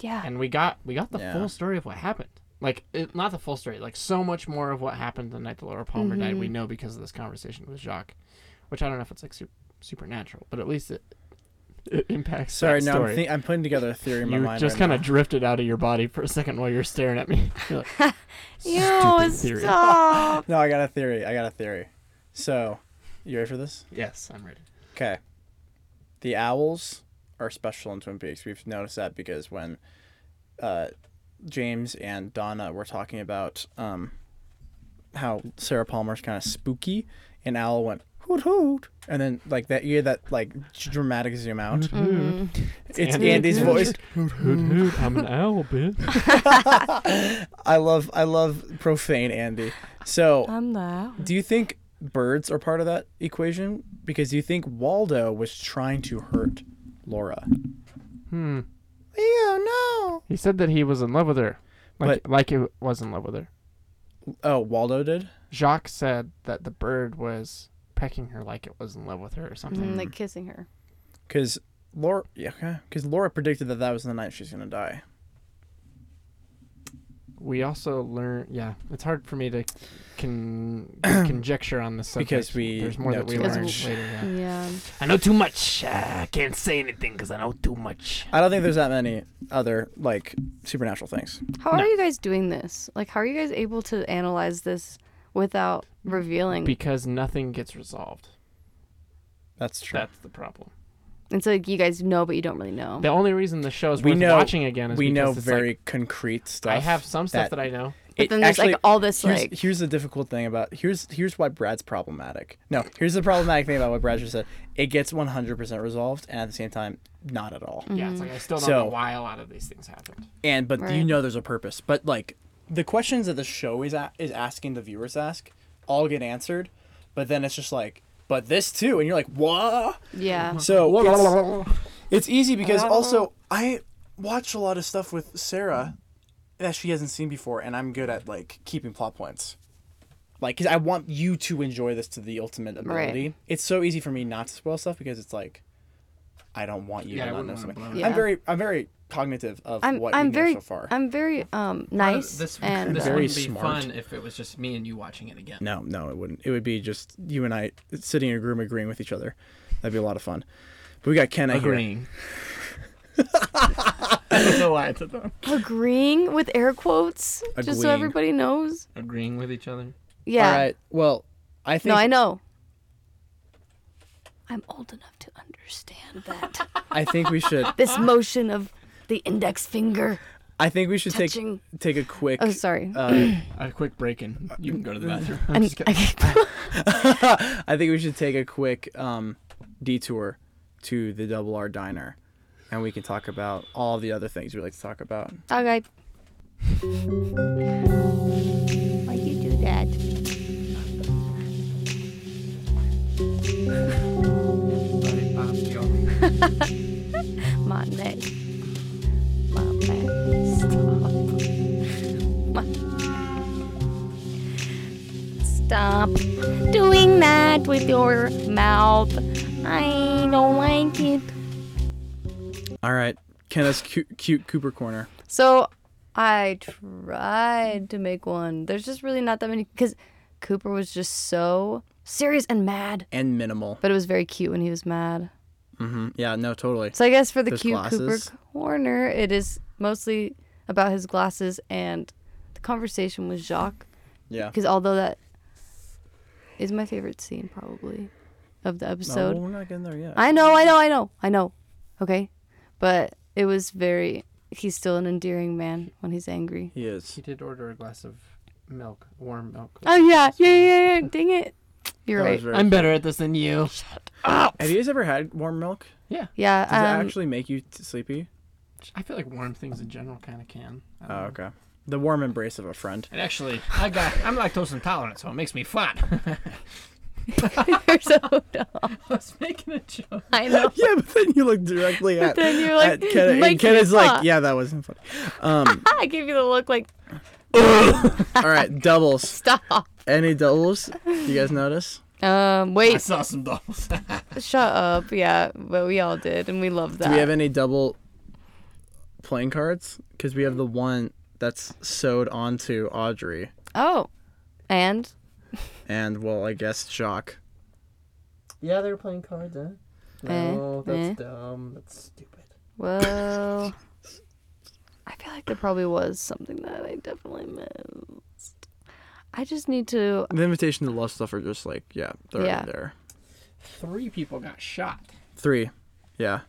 S3: Yeah.
S5: and we got we got the
S2: Yeah.
S5: full story of what happened. Like it, not the full story, like so much more of what happened the night that Laura Palmer died. We know because of this conversation with Jacques, which I don't know if it's like super, supernatural, but at least it, it impacts.
S2: Sorry,
S5: that
S2: no,
S5: story.
S2: I'm, thi- I'm putting together a theory in my
S5: you
S2: mind.
S5: just
S2: right
S5: kind of drifted out of your body for a second while you're staring at me. *laughs* You're
S2: *laughs*
S5: like,
S3: Ew,
S5: stupid theory.
S3: stop.
S2: now. No, I got a theory. I got a theory. So, you ready for this?
S5: Yes, I'm ready.
S2: Okay. The owls are special in Twin Peaks. We've noticed that because when uh, James and Donna were talking about um, how Sarah Palmer's kind of spooky, and Al went hoot hoot, and then like that you hear that like dramatic zoom out.
S3: *laughs*
S2: It's
S5: Andy. *laughs*
S2: Andy's voice. *laughs*
S5: I'm an owl, bitch.
S2: I love I love profane Andy. So
S3: I'm the owl.
S2: Do you think birds are part of that equation? Because you think Waldo was trying to hurt Laura.
S5: Hmm.
S2: Oh
S5: He said that he was in love with her. Like,
S2: But-
S5: like he was in love with her.
S2: no. Oh, Waldo did.
S5: Jacques said that the bird was pecking her like it was in love with her or
S2: Mm-hmm,
S5: something.
S3: Mm, like kissing her.
S2: Because Laura, yeah, okay. Because Laura predicted that that was the night she's gonna die.
S5: we also learn. Yeah, it's hard for me to
S2: *clears throat*
S5: con- conjecture on this subject.
S2: Because we
S5: there's more
S2: know
S5: that we
S2: too
S5: learn
S3: much.
S5: later. Yeah.
S3: Yeah.
S5: I know too much. Uh, I can't say anything because I know too much.
S2: I don't think there's that many other like supernatural things.
S3: How
S5: No.
S3: are you guys doing this? Like, how are you guys able to analyze this without revealing?
S5: Because nothing gets resolved.
S2: That's true.
S5: That's the problem.
S3: it's like you guys know, but you don't really know.
S5: The only reason the show is
S2: We
S5: worth
S2: know-
S5: watching again is
S2: we
S5: because
S2: know
S5: it's
S2: very
S5: Like,
S2: concrete stuff.
S5: I have some stuff that, I know.
S3: but
S2: it
S3: then there's like
S2: actually-
S3: all this
S2: Here's,
S3: like.
S2: here's the difficult thing about here's here's why Brad's problematic. No, here's the problematic thing about what Brad just said. It gets 100% resolved, and at the same time, not at all.
S3: Mm.
S5: Yeah, it's like I still don't
S2: So-
S5: know why a lot of these things happened.
S2: and but you
S3: Right.
S2: know there's a purpose but like the questions that the show is a- is asking the viewers to ask all get answered but then it's just like but this too and you're like what *laughs*
S3: yeah.
S2: so it's, it's easy because also i watch a lot of stuff with sarah that she hasn't seen before and i'm good at like keeping plot points like 'cause i want you to enjoy this to the ultimate ability it's so easy for me not to spoil stuff because it's like i don't want you
S5: Yeah, I
S2: to not
S5: wouldn't
S2: know
S5: wanna
S2: something
S5: blow
S3: it. Yeah.
S2: i'm very i'm very cognitive of
S3: I'm.
S2: what
S3: I'm
S2: we
S3: very.
S2: know so far Uh,
S3: I'm very um nice
S8: This,
S2: *laughs*
S3: and
S8: this
S3: uh,
S2: Very
S8: wouldn't be
S2: smart.
S8: fun if it was just me and you watching it again.
S2: No, no, it wouldn't. It would be just you and I sitting in a room agreeing with each other. That'd be a lot of fun. But we got Kenna *laughs* here.
S5: I don't know why I did that.
S3: agreeing with air quotes, just so
S2: Agreeing.
S3: everybody knows.
S8: Agreeing with each other.
S3: Yeah.
S2: All right. Well, I think
S3: No, I
S2: I,
S3: know. I'm old enough to understand that
S2: think we should
S3: this motion of the index finger
S2: I think we should take
S3: touching.
S2: take a quick
S3: Oh, sorry.
S2: uh,
S8: A quick break in. You can go to the bathroom.
S3: I'm- *laughs* I-
S2: *laughs* I think we should take a quick um, detour to the Double R Diner and we can talk about all the other things we like to talk about.
S3: okay.
S9: Why'd you do that?
S3: My neck. My back. Stop. My- Stop doing that with your mouth. I don't like it.
S2: All right. Kenna's cute, cute Cooper corner.
S3: So I tried to make one. There's just really not that many because Cooper was just so serious and mad.
S2: And minimal.
S3: But it was very cute when he was mad.
S2: hmm Yeah, no, totally.
S3: So I guess for the
S2: Those
S3: cute
S2: glasses.
S3: Cooper Corner, it is mostly about his glasses and the conversation with Jacques.
S2: Yeah.
S3: Because although that is my favorite scene probably of the
S2: No,
S3: episode.
S2: we're not getting there yet.
S3: I know, I know, I know, I know. Okay. But it was very he's still an endearing man when he's angry.
S2: He is.
S5: He did order a glass of milk, warm milk.
S3: Oh yeah, yeah, yeah, yeah. Dang it. You're
S2: That was
S3: right.
S2: very-
S5: I'm better at this than you.
S2: Have you guys ever had warm milk?
S3: Yeah.
S2: Does
S3: um,
S2: it actually make you t- sleepy?
S5: I feel like warm things in general kind of can. I don't
S2: Oh,
S5: know.
S2: okay. The warm embrace of a friend.
S8: And actually, I got I'm lactose intolerant, so it makes me fat. *laughs*
S3: *laughs* you're so dumb.
S8: I was making a joke.
S3: I
S2: *laughs*
S3: know.
S2: Yeah, but then you look directly at.
S3: Then you're *laughs* like,
S2: at Uh, Ken, and
S3: "Make
S2: Ken
S3: me
S2: is like,
S3: fat."
S2: yeah, that wasn't funny. Um,
S3: I gave you the look like
S2: all right, doubles.
S3: stop.
S2: Any doubles? You guys notice?
S3: Um
S8: I
S3: wait,
S8: saw some dolls.
S3: shut up. Yeah, but we all did and we love that.
S2: Do we have any double playing cards? Because we have the one that's sewed onto Audrey,
S3: oh. And
S2: and well, I guess Jacques.
S5: Yeah, they were playing cards, huh?
S3: Eh,
S5: No,
S3: eh.
S5: that's dumb. That's stupid.
S3: well I feel like there probably was something that I definitely missed. I just need to
S2: The invitation to love stuff are just like, yeah, they're
S3: Yeah.
S2: there.
S5: Three people got shot.
S2: Three, yeah.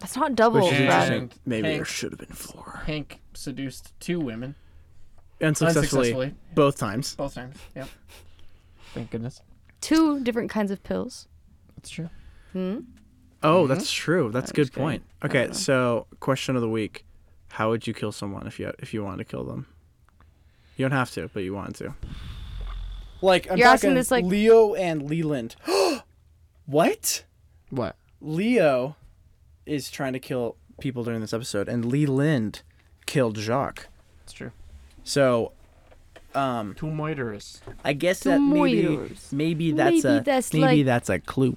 S3: That's not double,
S2: Which is
S3: Brad.
S2: interesting. Maybe
S8: Hey.
S2: there should have been four.
S8: Hank seduced two women
S2: And successfully,
S8: unsuccessfully
S2: both times.
S8: both times. Yep.
S5: Thank goodness.
S3: Two different kinds of pills.
S5: That's true.
S3: Hmm.
S2: Oh, that's true. That's a
S3: That was
S2: good point.
S3: great.
S2: Okay,
S3: Uh-huh.
S2: so question of the week: How would you kill someone if you if you wanted to kill them? You don't have to, but you want to. Like I'm
S3: You're asking
S2: talking
S3: this, like-
S2: Leo and Leland. *gasps* what?
S5: What?
S2: Leo is trying to kill people during this episode, and Leland killed Jacques.
S5: That's true.
S2: So, um,
S5: Two moiterers.
S2: I guess
S3: Two
S2: that maybe
S3: moiters.
S2: maybe that's
S3: Maybe
S2: a
S3: that's
S2: maybe
S3: like-
S2: that's a clue.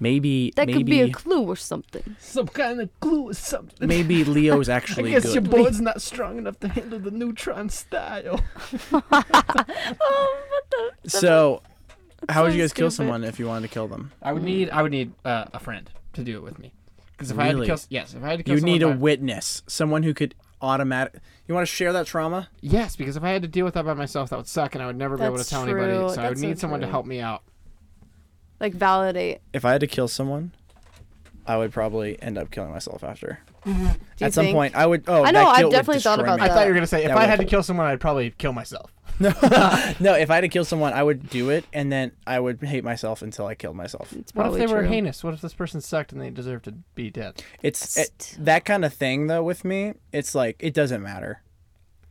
S2: Maybe
S3: That
S2: maybe
S3: could be a clue or something.
S8: Some kind of clue or something.
S3: *laughs*
S2: maybe Leo's
S8: I
S2: actually
S8: guess
S2: good.
S8: your board's not strong enough to handle the neutron style.
S3: oh, what the?
S2: So, how would
S3: so
S2: you guys kill
S3: stupid.
S2: someone if you wanted to kill them?
S5: I would need I would need uh, a friend to do it with me. Because if I had to
S2: Really?
S5: kill s- yes, if I had to kill
S2: You
S5: someone
S2: need a
S5: by-
S2: witness, someone who could automatic. You want to share that trauma?
S5: Yes, because if I had to deal with that by myself, that would suck, and I would never be able
S3: That's
S5: to tell
S3: true.
S5: anybody. So I would
S3: That's so
S5: need someone to
S3: true.
S5: help me out.
S3: Like validate.
S2: If I had to kill someone, I would probably end up killing myself after.
S3: Mm-hmm. Do you
S2: At some
S3: think?
S2: point, I would. Oh,
S3: I know,
S2: that
S3: I've
S2: guilt would
S3: definitely thought
S2: destroy
S3: about
S2: me.
S5: I
S3: that.
S5: thought you were gonna say if
S2: that
S5: I
S2: would-
S5: had to kill someone, I'd probably kill myself.
S2: *laughs* No, if I had to kill someone, I would do it, and then I would hate myself until I killed myself.
S3: It's
S5: What if
S3: probably
S5: they were
S3: true.
S5: heinous? What if this person sucked and they deserved to be dead?
S2: It's it,
S3: St-
S2: that kind of thing though. With me, it's like it doesn't matter.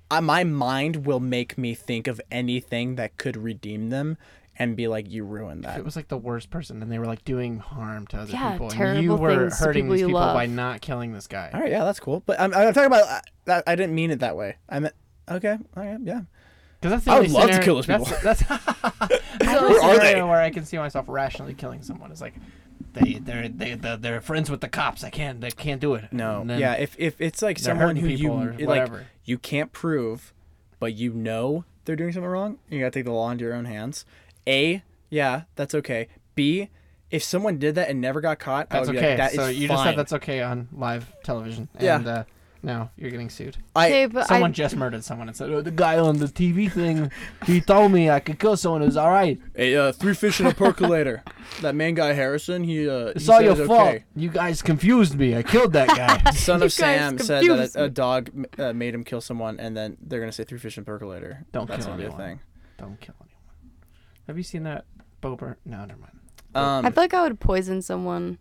S2: I, my mind will make me think of anything that could redeem them, and be like, "You ruined
S5: If
S2: that."
S5: it was like the worst person and they were like doing harm to other
S3: Yeah,
S5: people, and you
S3: terrible
S5: were
S3: things to
S5: hurting
S3: people
S5: these
S3: you
S5: people by
S3: love.
S5: not killing this guy.
S2: All right, yeah, that's cool. But I'm, I'm talking about I, that. I didn't mean it that way. I meant okay. All right, yeah.
S5: 'Cause that's the
S2: I
S5: only
S2: would love to
S5: scenario-
S2: kill those
S5: That's, *laughs* that's, that's the only
S2: Where are they?
S5: scenario where I can see myself rationally killing someone. It's like they they're they they're, they're friends with the cops. I can't they can't do it.
S2: No,
S5: And then-
S2: yeah. If if it's like
S5: they're
S2: someone
S5: hurting
S2: who you
S5: people or
S2: it, like
S5: whatever.
S2: you can't prove, but you know they're doing something wrong, you gotta take the law into your own hands. A, yeah, that's okay. B, if someone did that and never got caught,
S5: That's
S2: I would be
S5: okay.
S2: like, oh, that is
S5: so you just
S2: fine.
S5: said that's okay on live television.
S2: Yeah.
S5: And uh, now you're getting sued.
S2: I-
S3: Okay, but
S5: someone
S3: I,
S5: just murdered someone and said, "Oh, the-
S8: guy on the TV thing,
S2: *laughs*
S8: he told me I could kill someone. It was all right.
S2: Hey, uh, three fish in a percolator. that man guy Harrison, he uh, he
S8: It's all
S2: said
S8: your
S2: it's
S8: fault.
S2: okay.
S8: You guys confused me. I killed that
S5: *laughs*
S8: guy.
S2: Son
S3: You
S2: of
S3: guys
S2: Sam said that
S3: confused
S2: a, a
S3: me.
S2: dog uh, made him kill someone, and then they're gonna say three fish in a percolator.
S5: Don't
S2: That's
S5: kill
S2: gonna be a
S5: anyone.
S2: thing.
S5: don't kill anyone." Have you seen that Bo Bur- No, never mind.
S2: Um,
S3: I feel like I would poison someone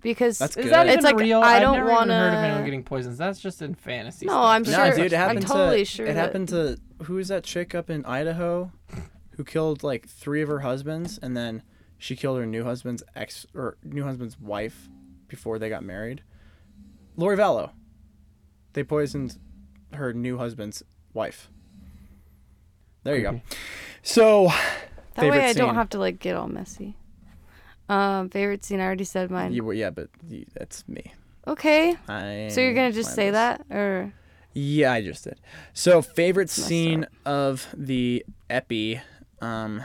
S3: because
S2: That's
S5: Is
S2: good.
S5: that
S3: It's
S5: even
S3: like,
S5: real?
S3: I
S5: I've
S3: don't
S5: never even heard of
S3: wanna-
S5: anyone getting poisons. That's just in fantasy.
S3: No,
S5: stuff.
S3: I'm
S5: There's
S2: No,
S3: sure-
S5: such
S2: dude, it
S5: thing.
S2: happened
S3: totally
S2: to
S3: sure
S2: it
S3: that-
S2: happened to who was that chick up in Idaho who killed like three of her husbands and then she killed her new husband's ex or new husband's wife before they got married. Lori Vallow. They poisoned her new husband's wife. There you go. So
S3: that way
S2: favorite
S3: I don't
S2: scene.
S3: have to like get all messy. Um, favorite scene. I already said mine.
S2: you were yeah, but you, that's me.
S3: Okay,
S2: I
S3: so you're gonna just
S2: mine
S3: say
S2: was-
S3: that, or
S2: Yeah, I just did. So favorite
S3: messed
S2: scene of the epi, um,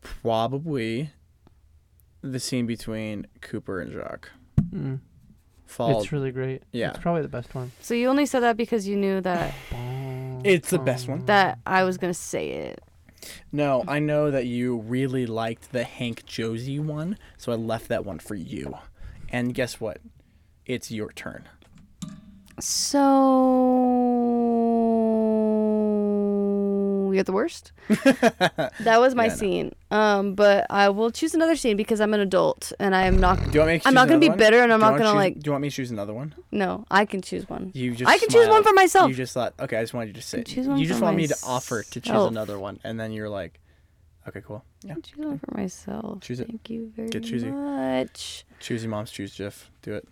S2: probably the scene between Cooper and Jacques.
S3: Hmm.
S5: Mm,
S2: Followed.
S5: It's really great.
S2: Yeah.
S5: It's probably the best one.
S3: so you only said that because you knew that
S2: It's the best one.
S3: that I was gonna say it.
S2: No, I know that you really liked the Hank Josie one, so I left that one for you. And guess what? It's your turn.
S3: So you're
S2: *laughs*
S3: the worst. that was my
S2: Yeah, I know.
S3: scene. Um, but I will choose another scene because I'm an adult and I am not.
S2: Do you want me to
S3: I'm
S2: choose
S3: not gonna be
S2: another one?
S3: bitter and I'm
S2: Do you
S3: not
S2: want
S3: gonna,
S2: choose-
S3: like-
S2: Do you want me to choose another one?
S3: No, I can choose one.
S2: You just
S3: I can choose one
S2: smiled.
S3: for myself.
S2: You just thought, okay, I just wanted you to say.
S3: choose one
S2: you just
S3: for
S2: want me to offer to choose
S3: myself.
S2: another one, and then you're like, okay, cool. Yeah,
S3: I can choose one for myself.
S2: Choose it.
S3: Thank you very
S2: Get choosy.
S3: much.
S2: choose your mom's, choose Jeff. Do it.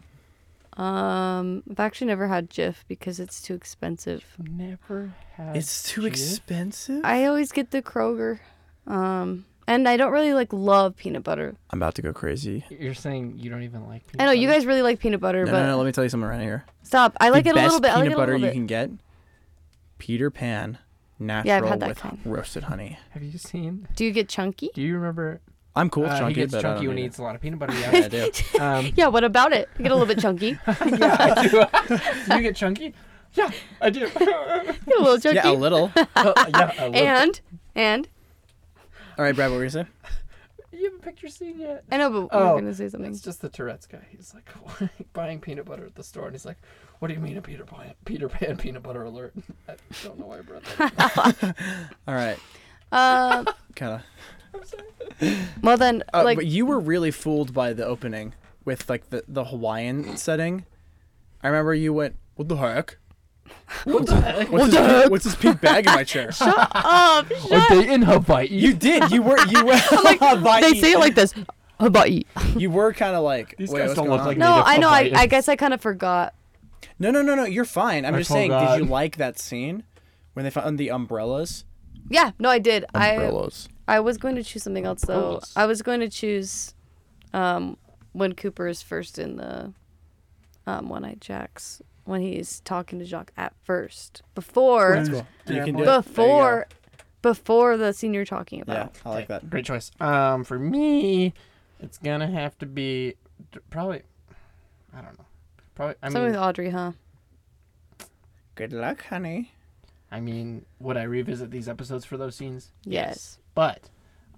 S3: Um, I've actually never had GIF because it's too expensive.
S5: Never had.
S2: It's too
S5: Jif?
S2: expensive.
S3: I always get the Kroger. Um, and I don't really like love peanut butter.
S2: I'm about to go crazy.
S5: You're saying you don't even like.
S3: I know you
S5: peanut
S3: guys really like peanut butter,
S2: No, no,
S3: but
S2: no, let me tell you something right here.
S3: stop. I like
S2: the
S3: it a
S2: best
S3: little bit. I
S2: Peanut
S3: like it a
S2: butter
S3: little
S2: you
S3: bit.
S2: can get. Peter Pan, natural
S3: Yeah, I've had that
S2: with
S3: kind.
S2: roasted honey.
S5: butter? Have you seen?
S3: Do you get chunky?
S5: Do you remember?
S2: I'm cool with
S5: uh,
S2: chunky,
S5: he gets
S2: but I
S5: chunky
S2: don't
S5: when he
S2: need
S5: eats a lot of peanut
S2: *laughs*
S5: butter.
S2: it. Yeah,
S5: Yeah.
S2: I do.
S5: *laughs* um,
S3: Yeah, what about it? I get a little bit
S2: *laughs*
S3: chunky.
S5: *laughs* do you get chunky? Yeah, I *laughs* do.
S3: Get a little *laughs* chunky.
S2: yeah, a little. All
S5: yeah, I love-
S3: and and
S2: right, Brad, what were you saying?
S5: You haven't picked your scene yet.
S3: I know, but we
S5: Oh,
S3: we're gonna say something.
S5: It's just the Tourette's guy. He's like *laughs* buying peanut butter at the store, and he's like, "What do you mean a Peter Pan, Peter Pan peanut butter alert?" *laughs* I don't know why I brought that. up.
S2: All right,
S3: Uh,
S2: kind of.
S3: well then,
S2: Uh,
S3: like
S2: but you were really fooled by the opening with like the, the Hawaiian setting. I remember you went, "What the heck? What the heck? What's, this, what's this pink bag in my
S3: *laughs*
S2: chair?"
S3: up.
S8: Are they in Hawaii?
S2: you did. You were.
S3: *laughs*
S2: You were. *laughs* Hawaii.
S3: They say it like this. Hawaii.
S2: you were kind of like. These Wait,
S7: guys
S2: what's
S7: don't
S2: going
S7: look
S2: on?
S7: like me.
S3: No,
S7: Native
S3: I know. I, I
S7: Hawaiians.
S3: guess I kind of forgot.
S2: No, no, no, no. You're fine. I'm
S7: I
S2: just saying.
S7: forgot.
S2: Did you like that scene when they found the umbrellas?
S3: Yeah, no, I did. I I was going to choose something else though.
S5: Umbrellas.
S3: I was going to choose, um, when Cooper is first in the, um, One Eyed Jacks when he's talking to Jacques at first before
S2: You can do it. There you
S3: before before the scene you're talking
S2: go. Yeah,
S3: about.
S2: I like that.
S5: Great choice. Um, for me, it's gonna have to be d- probably. I don't know. Probably. I
S3: Something
S5: mean,
S3: with Audrey, huh?
S2: Good luck, honey.
S5: I mean, would I revisit these episodes for those scenes?
S3: Yes.
S5: But,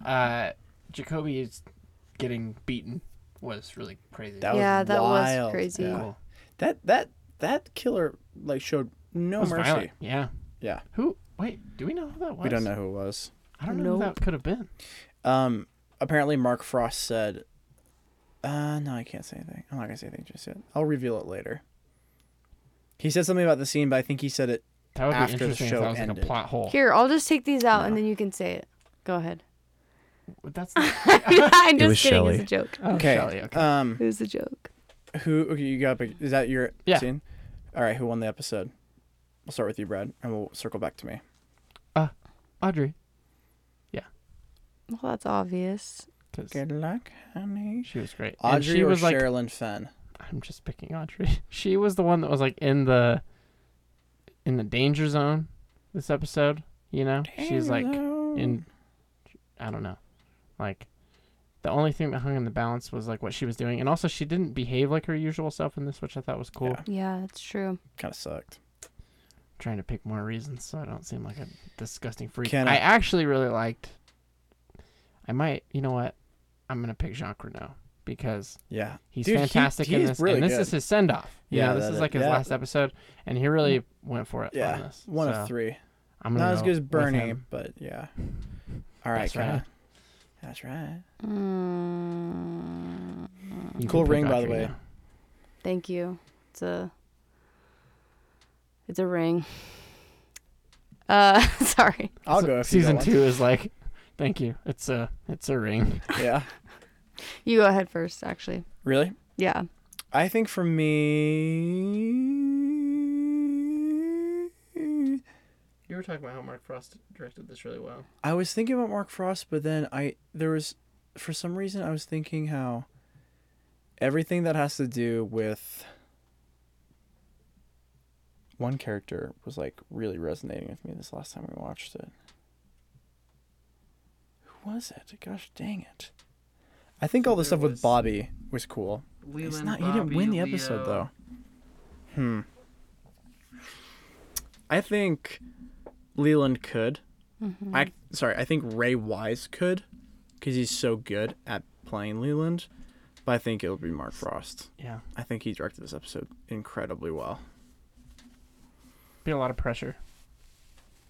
S5: uh, Jacoby is getting beaten was really crazy.
S2: That
S3: Yeah,
S2: was
S3: that was
S2: wild.
S3: crazy.
S2: Yeah.
S5: Cool.
S2: That that that killer like showed no
S5: That was
S2: mercy.
S5: violent. Yeah.
S2: Yeah.
S5: Who? Wait. Do we know who that was?
S2: We don't know who it was.
S5: I don't know who that could have been.
S2: Um, apparently Mark Frost said, uh, no, I can't say anything. I'm not gonna say anything just yet. I'll reveal it later. He said something about the scene, but I think he said it.
S5: That would
S2: After
S5: be
S2: the
S5: interesting if
S2: show
S5: that was like
S2: ended.
S5: a plot hole.
S3: Here, I'll just take these out and then you can say it. Go ahead.
S5: But That's not
S3: *laughs* I'm just
S10: was
S3: kidding.
S10: Shelley.
S3: It's a joke.
S2: Okay.
S5: Oh, Shelley, okay.
S2: Um,
S3: It was a joke.
S2: who? Okay, you got. Is that your
S5: Yeah.
S2: scene? All right. Who won the episode? We'll start with you, Brad, and we'll circle back to me.
S5: Audrey.
S3: Well, that's obvious.
S5: 'cause
S2: Good luck, honey.
S5: she was great. and
S2: Audrey
S5: she
S2: or
S5: was like,
S2: Sherilyn Fenn?
S5: I'm just picking Audrey. *laughs* She was the one that was like in the, in the danger zone, this episode. You know, she's like in, I don't know, like, the only thing that hung in the balance was like what she was doing, and also she didn't behave like her usual self in this, which I thought was cool.
S2: Yeah.
S3: Yeah, that's true.
S2: kind of sucked.
S5: trying to pick more reasons so I don't seem like a disgusting freak.
S2: Can
S5: I,
S2: I-
S5: actually really liked. I might, you know what? I'm gonna pick Jacques Renault because
S2: Yeah.
S5: he's
S2: Dude, he-
S5: fantastic
S2: he
S5: in
S2: is
S5: this,
S2: really
S5: and this
S2: good.
S5: is his send off.
S2: Yeah,
S5: Yeah, this
S2: that
S5: is
S2: is-
S5: like his
S2: yeah. Mm.
S5: last episode, and he really went for it.
S2: Yeah.
S5: on this.
S2: One
S5: So,
S2: of three.
S5: I'm gonna
S2: Not as
S5: go
S2: good as
S5: with
S2: Bernie,
S5: him.
S2: but yeah. All right,
S5: That's
S2: kind
S5: right.
S2: of. That's right.
S3: Mm,
S5: You
S2: Cool
S5: can pick
S2: ring, by the
S5: Audrey
S2: way.
S5: now.
S3: thank you. It's a. It's a ring. *laughs* Uh, *laughs* sorry.
S2: I'll
S5: So-
S2: go. If you
S5: Season
S2: don't
S5: two is like, *laughs* thank you. It's a it's a ring.
S2: want- Yeah.
S3: You go ahead first, actually.
S2: Really?
S3: Yeah.
S2: I think for me,
S5: You were talking about how Mark Frost directed this really well.
S2: I was thinking about Mark Frost, but then I there was for some reason I was thinking how everything that has to do with one character was like really resonating with me this last time we watched it. Who was it? Gosh dang it. I think all the stuff with Bobby was cool. It's not he didn't win the episode though. Hmm. I think Leland could. I sorry, I think Ray Wise could, because he's so good at playing Leland. But I think it'll be Mark Frost.
S5: Yeah,
S2: I think he directed this episode incredibly well.
S5: be a lot of pressure.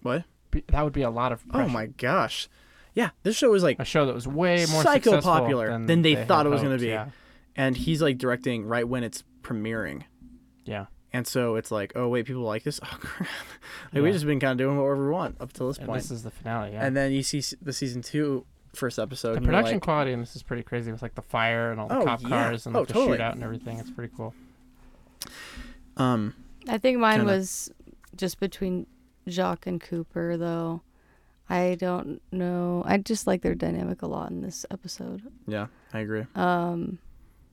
S2: What?
S5: Be, that would be a lot of pressure.
S2: Oh my gosh! Yeah, this show is like,
S5: a show that was way more
S2: Psycho
S5: successful
S2: popular than they
S5: had
S2: thought it was gonna
S5: hoped,
S2: be.
S5: Yeah,
S2: and he's like directing right when it's premiering,
S5: yeah.
S2: and so it's like, oh wait, people like this. *laughs* Oh crap! Like
S5: Yeah.
S2: we've just been kind of doing whatever we want up till this
S5: And
S2: point.
S5: this is the finale. Yeah,
S2: And then you see s- the season two first episode.
S5: the
S2: and you're
S5: production
S2: like,
S5: quality in this is pretty crazy with like the fire and all the
S2: Oh,
S5: cop
S2: yeah.
S5: cars and like,
S2: Oh,
S5: the
S2: totally.
S5: shootout and everything. It's pretty cool.
S2: um,
S3: I think mine
S2: Kinda.
S3: was just between Jacques and Cooper, though. I don't know. I just like their dynamic a lot in this episode.
S2: yeah, I agree.
S3: Um,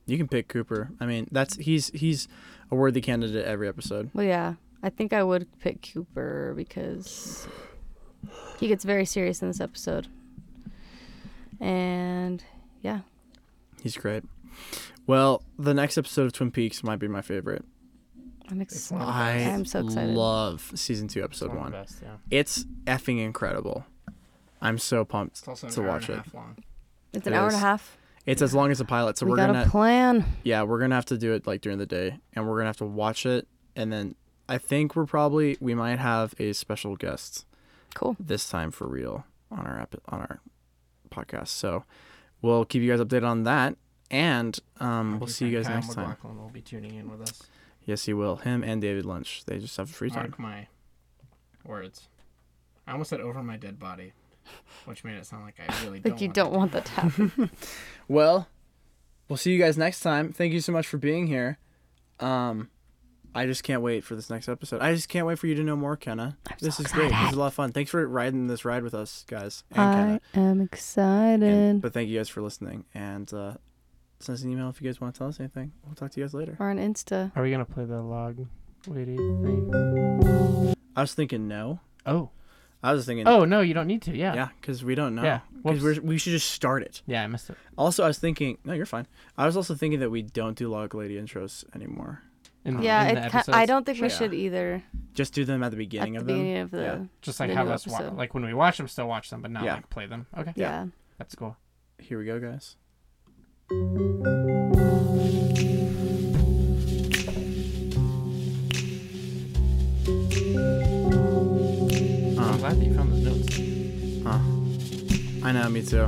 S2: You can pick Cooper. I mean, that's he's he's a worthy candidate every episode.
S3: well, yeah. I think I would pick Cooper because he gets very serious in this episode. And yeah.
S2: He's great. Well, the next episode of Twin Peaks might be my favorite.
S3: I'm ex-
S2: I
S3: I'm so excited.
S2: love season two,
S5: It's
S2: episode
S5: one of
S2: one.
S5: the best. Yeah,
S2: It's effing incredible. I'm so pumped
S5: it's also
S2: to watch it.
S5: long.
S3: It's an
S2: It
S3: hour and a
S2: is.
S3: half.
S2: It's as long as the pilot, so
S3: we
S2: are
S3: got
S2: gonna
S3: a plan.
S2: yeah we're gonna have to do it like during the day, and we're gonna have to watch it, and then I think we're probably we might have a special guest
S3: Cool.
S2: this time for real on our epi- on our podcast. So we'll keep you guys updated on that, and um, we'll see you guys next time.
S5: McLaughlin will be tuning in with us.
S2: Yes, he will. Him and David Lynch. They just have free time.
S5: Mark my words. I almost said over my dead body, which made it sound like I really don't.
S3: Like you
S5: want
S2: *laughs*
S3: don't want that to happen.
S2: Well, we'll see you guys next time. Thank you so much for being here. Um, I just can't wait for this next episode. I just can't wait for you to know more, Kenna. this is great. This is a lot of fun. Thanks for riding this ride with us, guys. And Kenna.
S3: I am excited.
S2: And, but thank you guys for listening. And uh, send us an email if you guys want to tell us anything. We'll talk to you guys later.
S3: or on Insta.
S5: Are we gonna play the log lady thing?
S2: I was thinking no.
S5: Oh.
S2: I was thinking
S5: Oh no, you don't need to. Yeah.
S2: yeah, because we don't know.
S5: Yeah.
S2: because
S5: Whoops.
S2: we should just start it.
S5: Yeah, I missed it.
S2: Also, I was thinking. No, you're fine. I was also thinking that we don't do log lady intros anymore.
S5: In, the-
S3: Yeah,
S5: in the
S3: it ca-
S5: episodes.
S3: I don't think we
S2: Sure.
S3: should either
S2: Just do them at the beginning
S3: at
S2: of
S3: the
S2: them.
S3: beginning of the.
S2: Yeah.
S5: Just like
S3: the
S5: have
S3: new
S5: us wa-
S3: episode.
S5: like when we watch them, still watch them, but not
S2: Yeah.
S5: like play them. Okay,
S3: yeah.
S5: that's cool.
S2: Here we go, guys.
S5: I'm glad that you found those notes.
S2: I know, me too.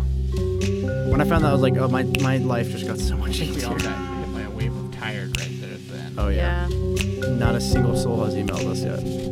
S2: When I found that, I was like, oh, my, my life just got so much
S5: We *laughs* all
S2: easier.
S5: got hit by a wave of tired right there at the end.
S2: Oh, yeah.
S3: yeah.
S2: Not a single soul has emailed us yet.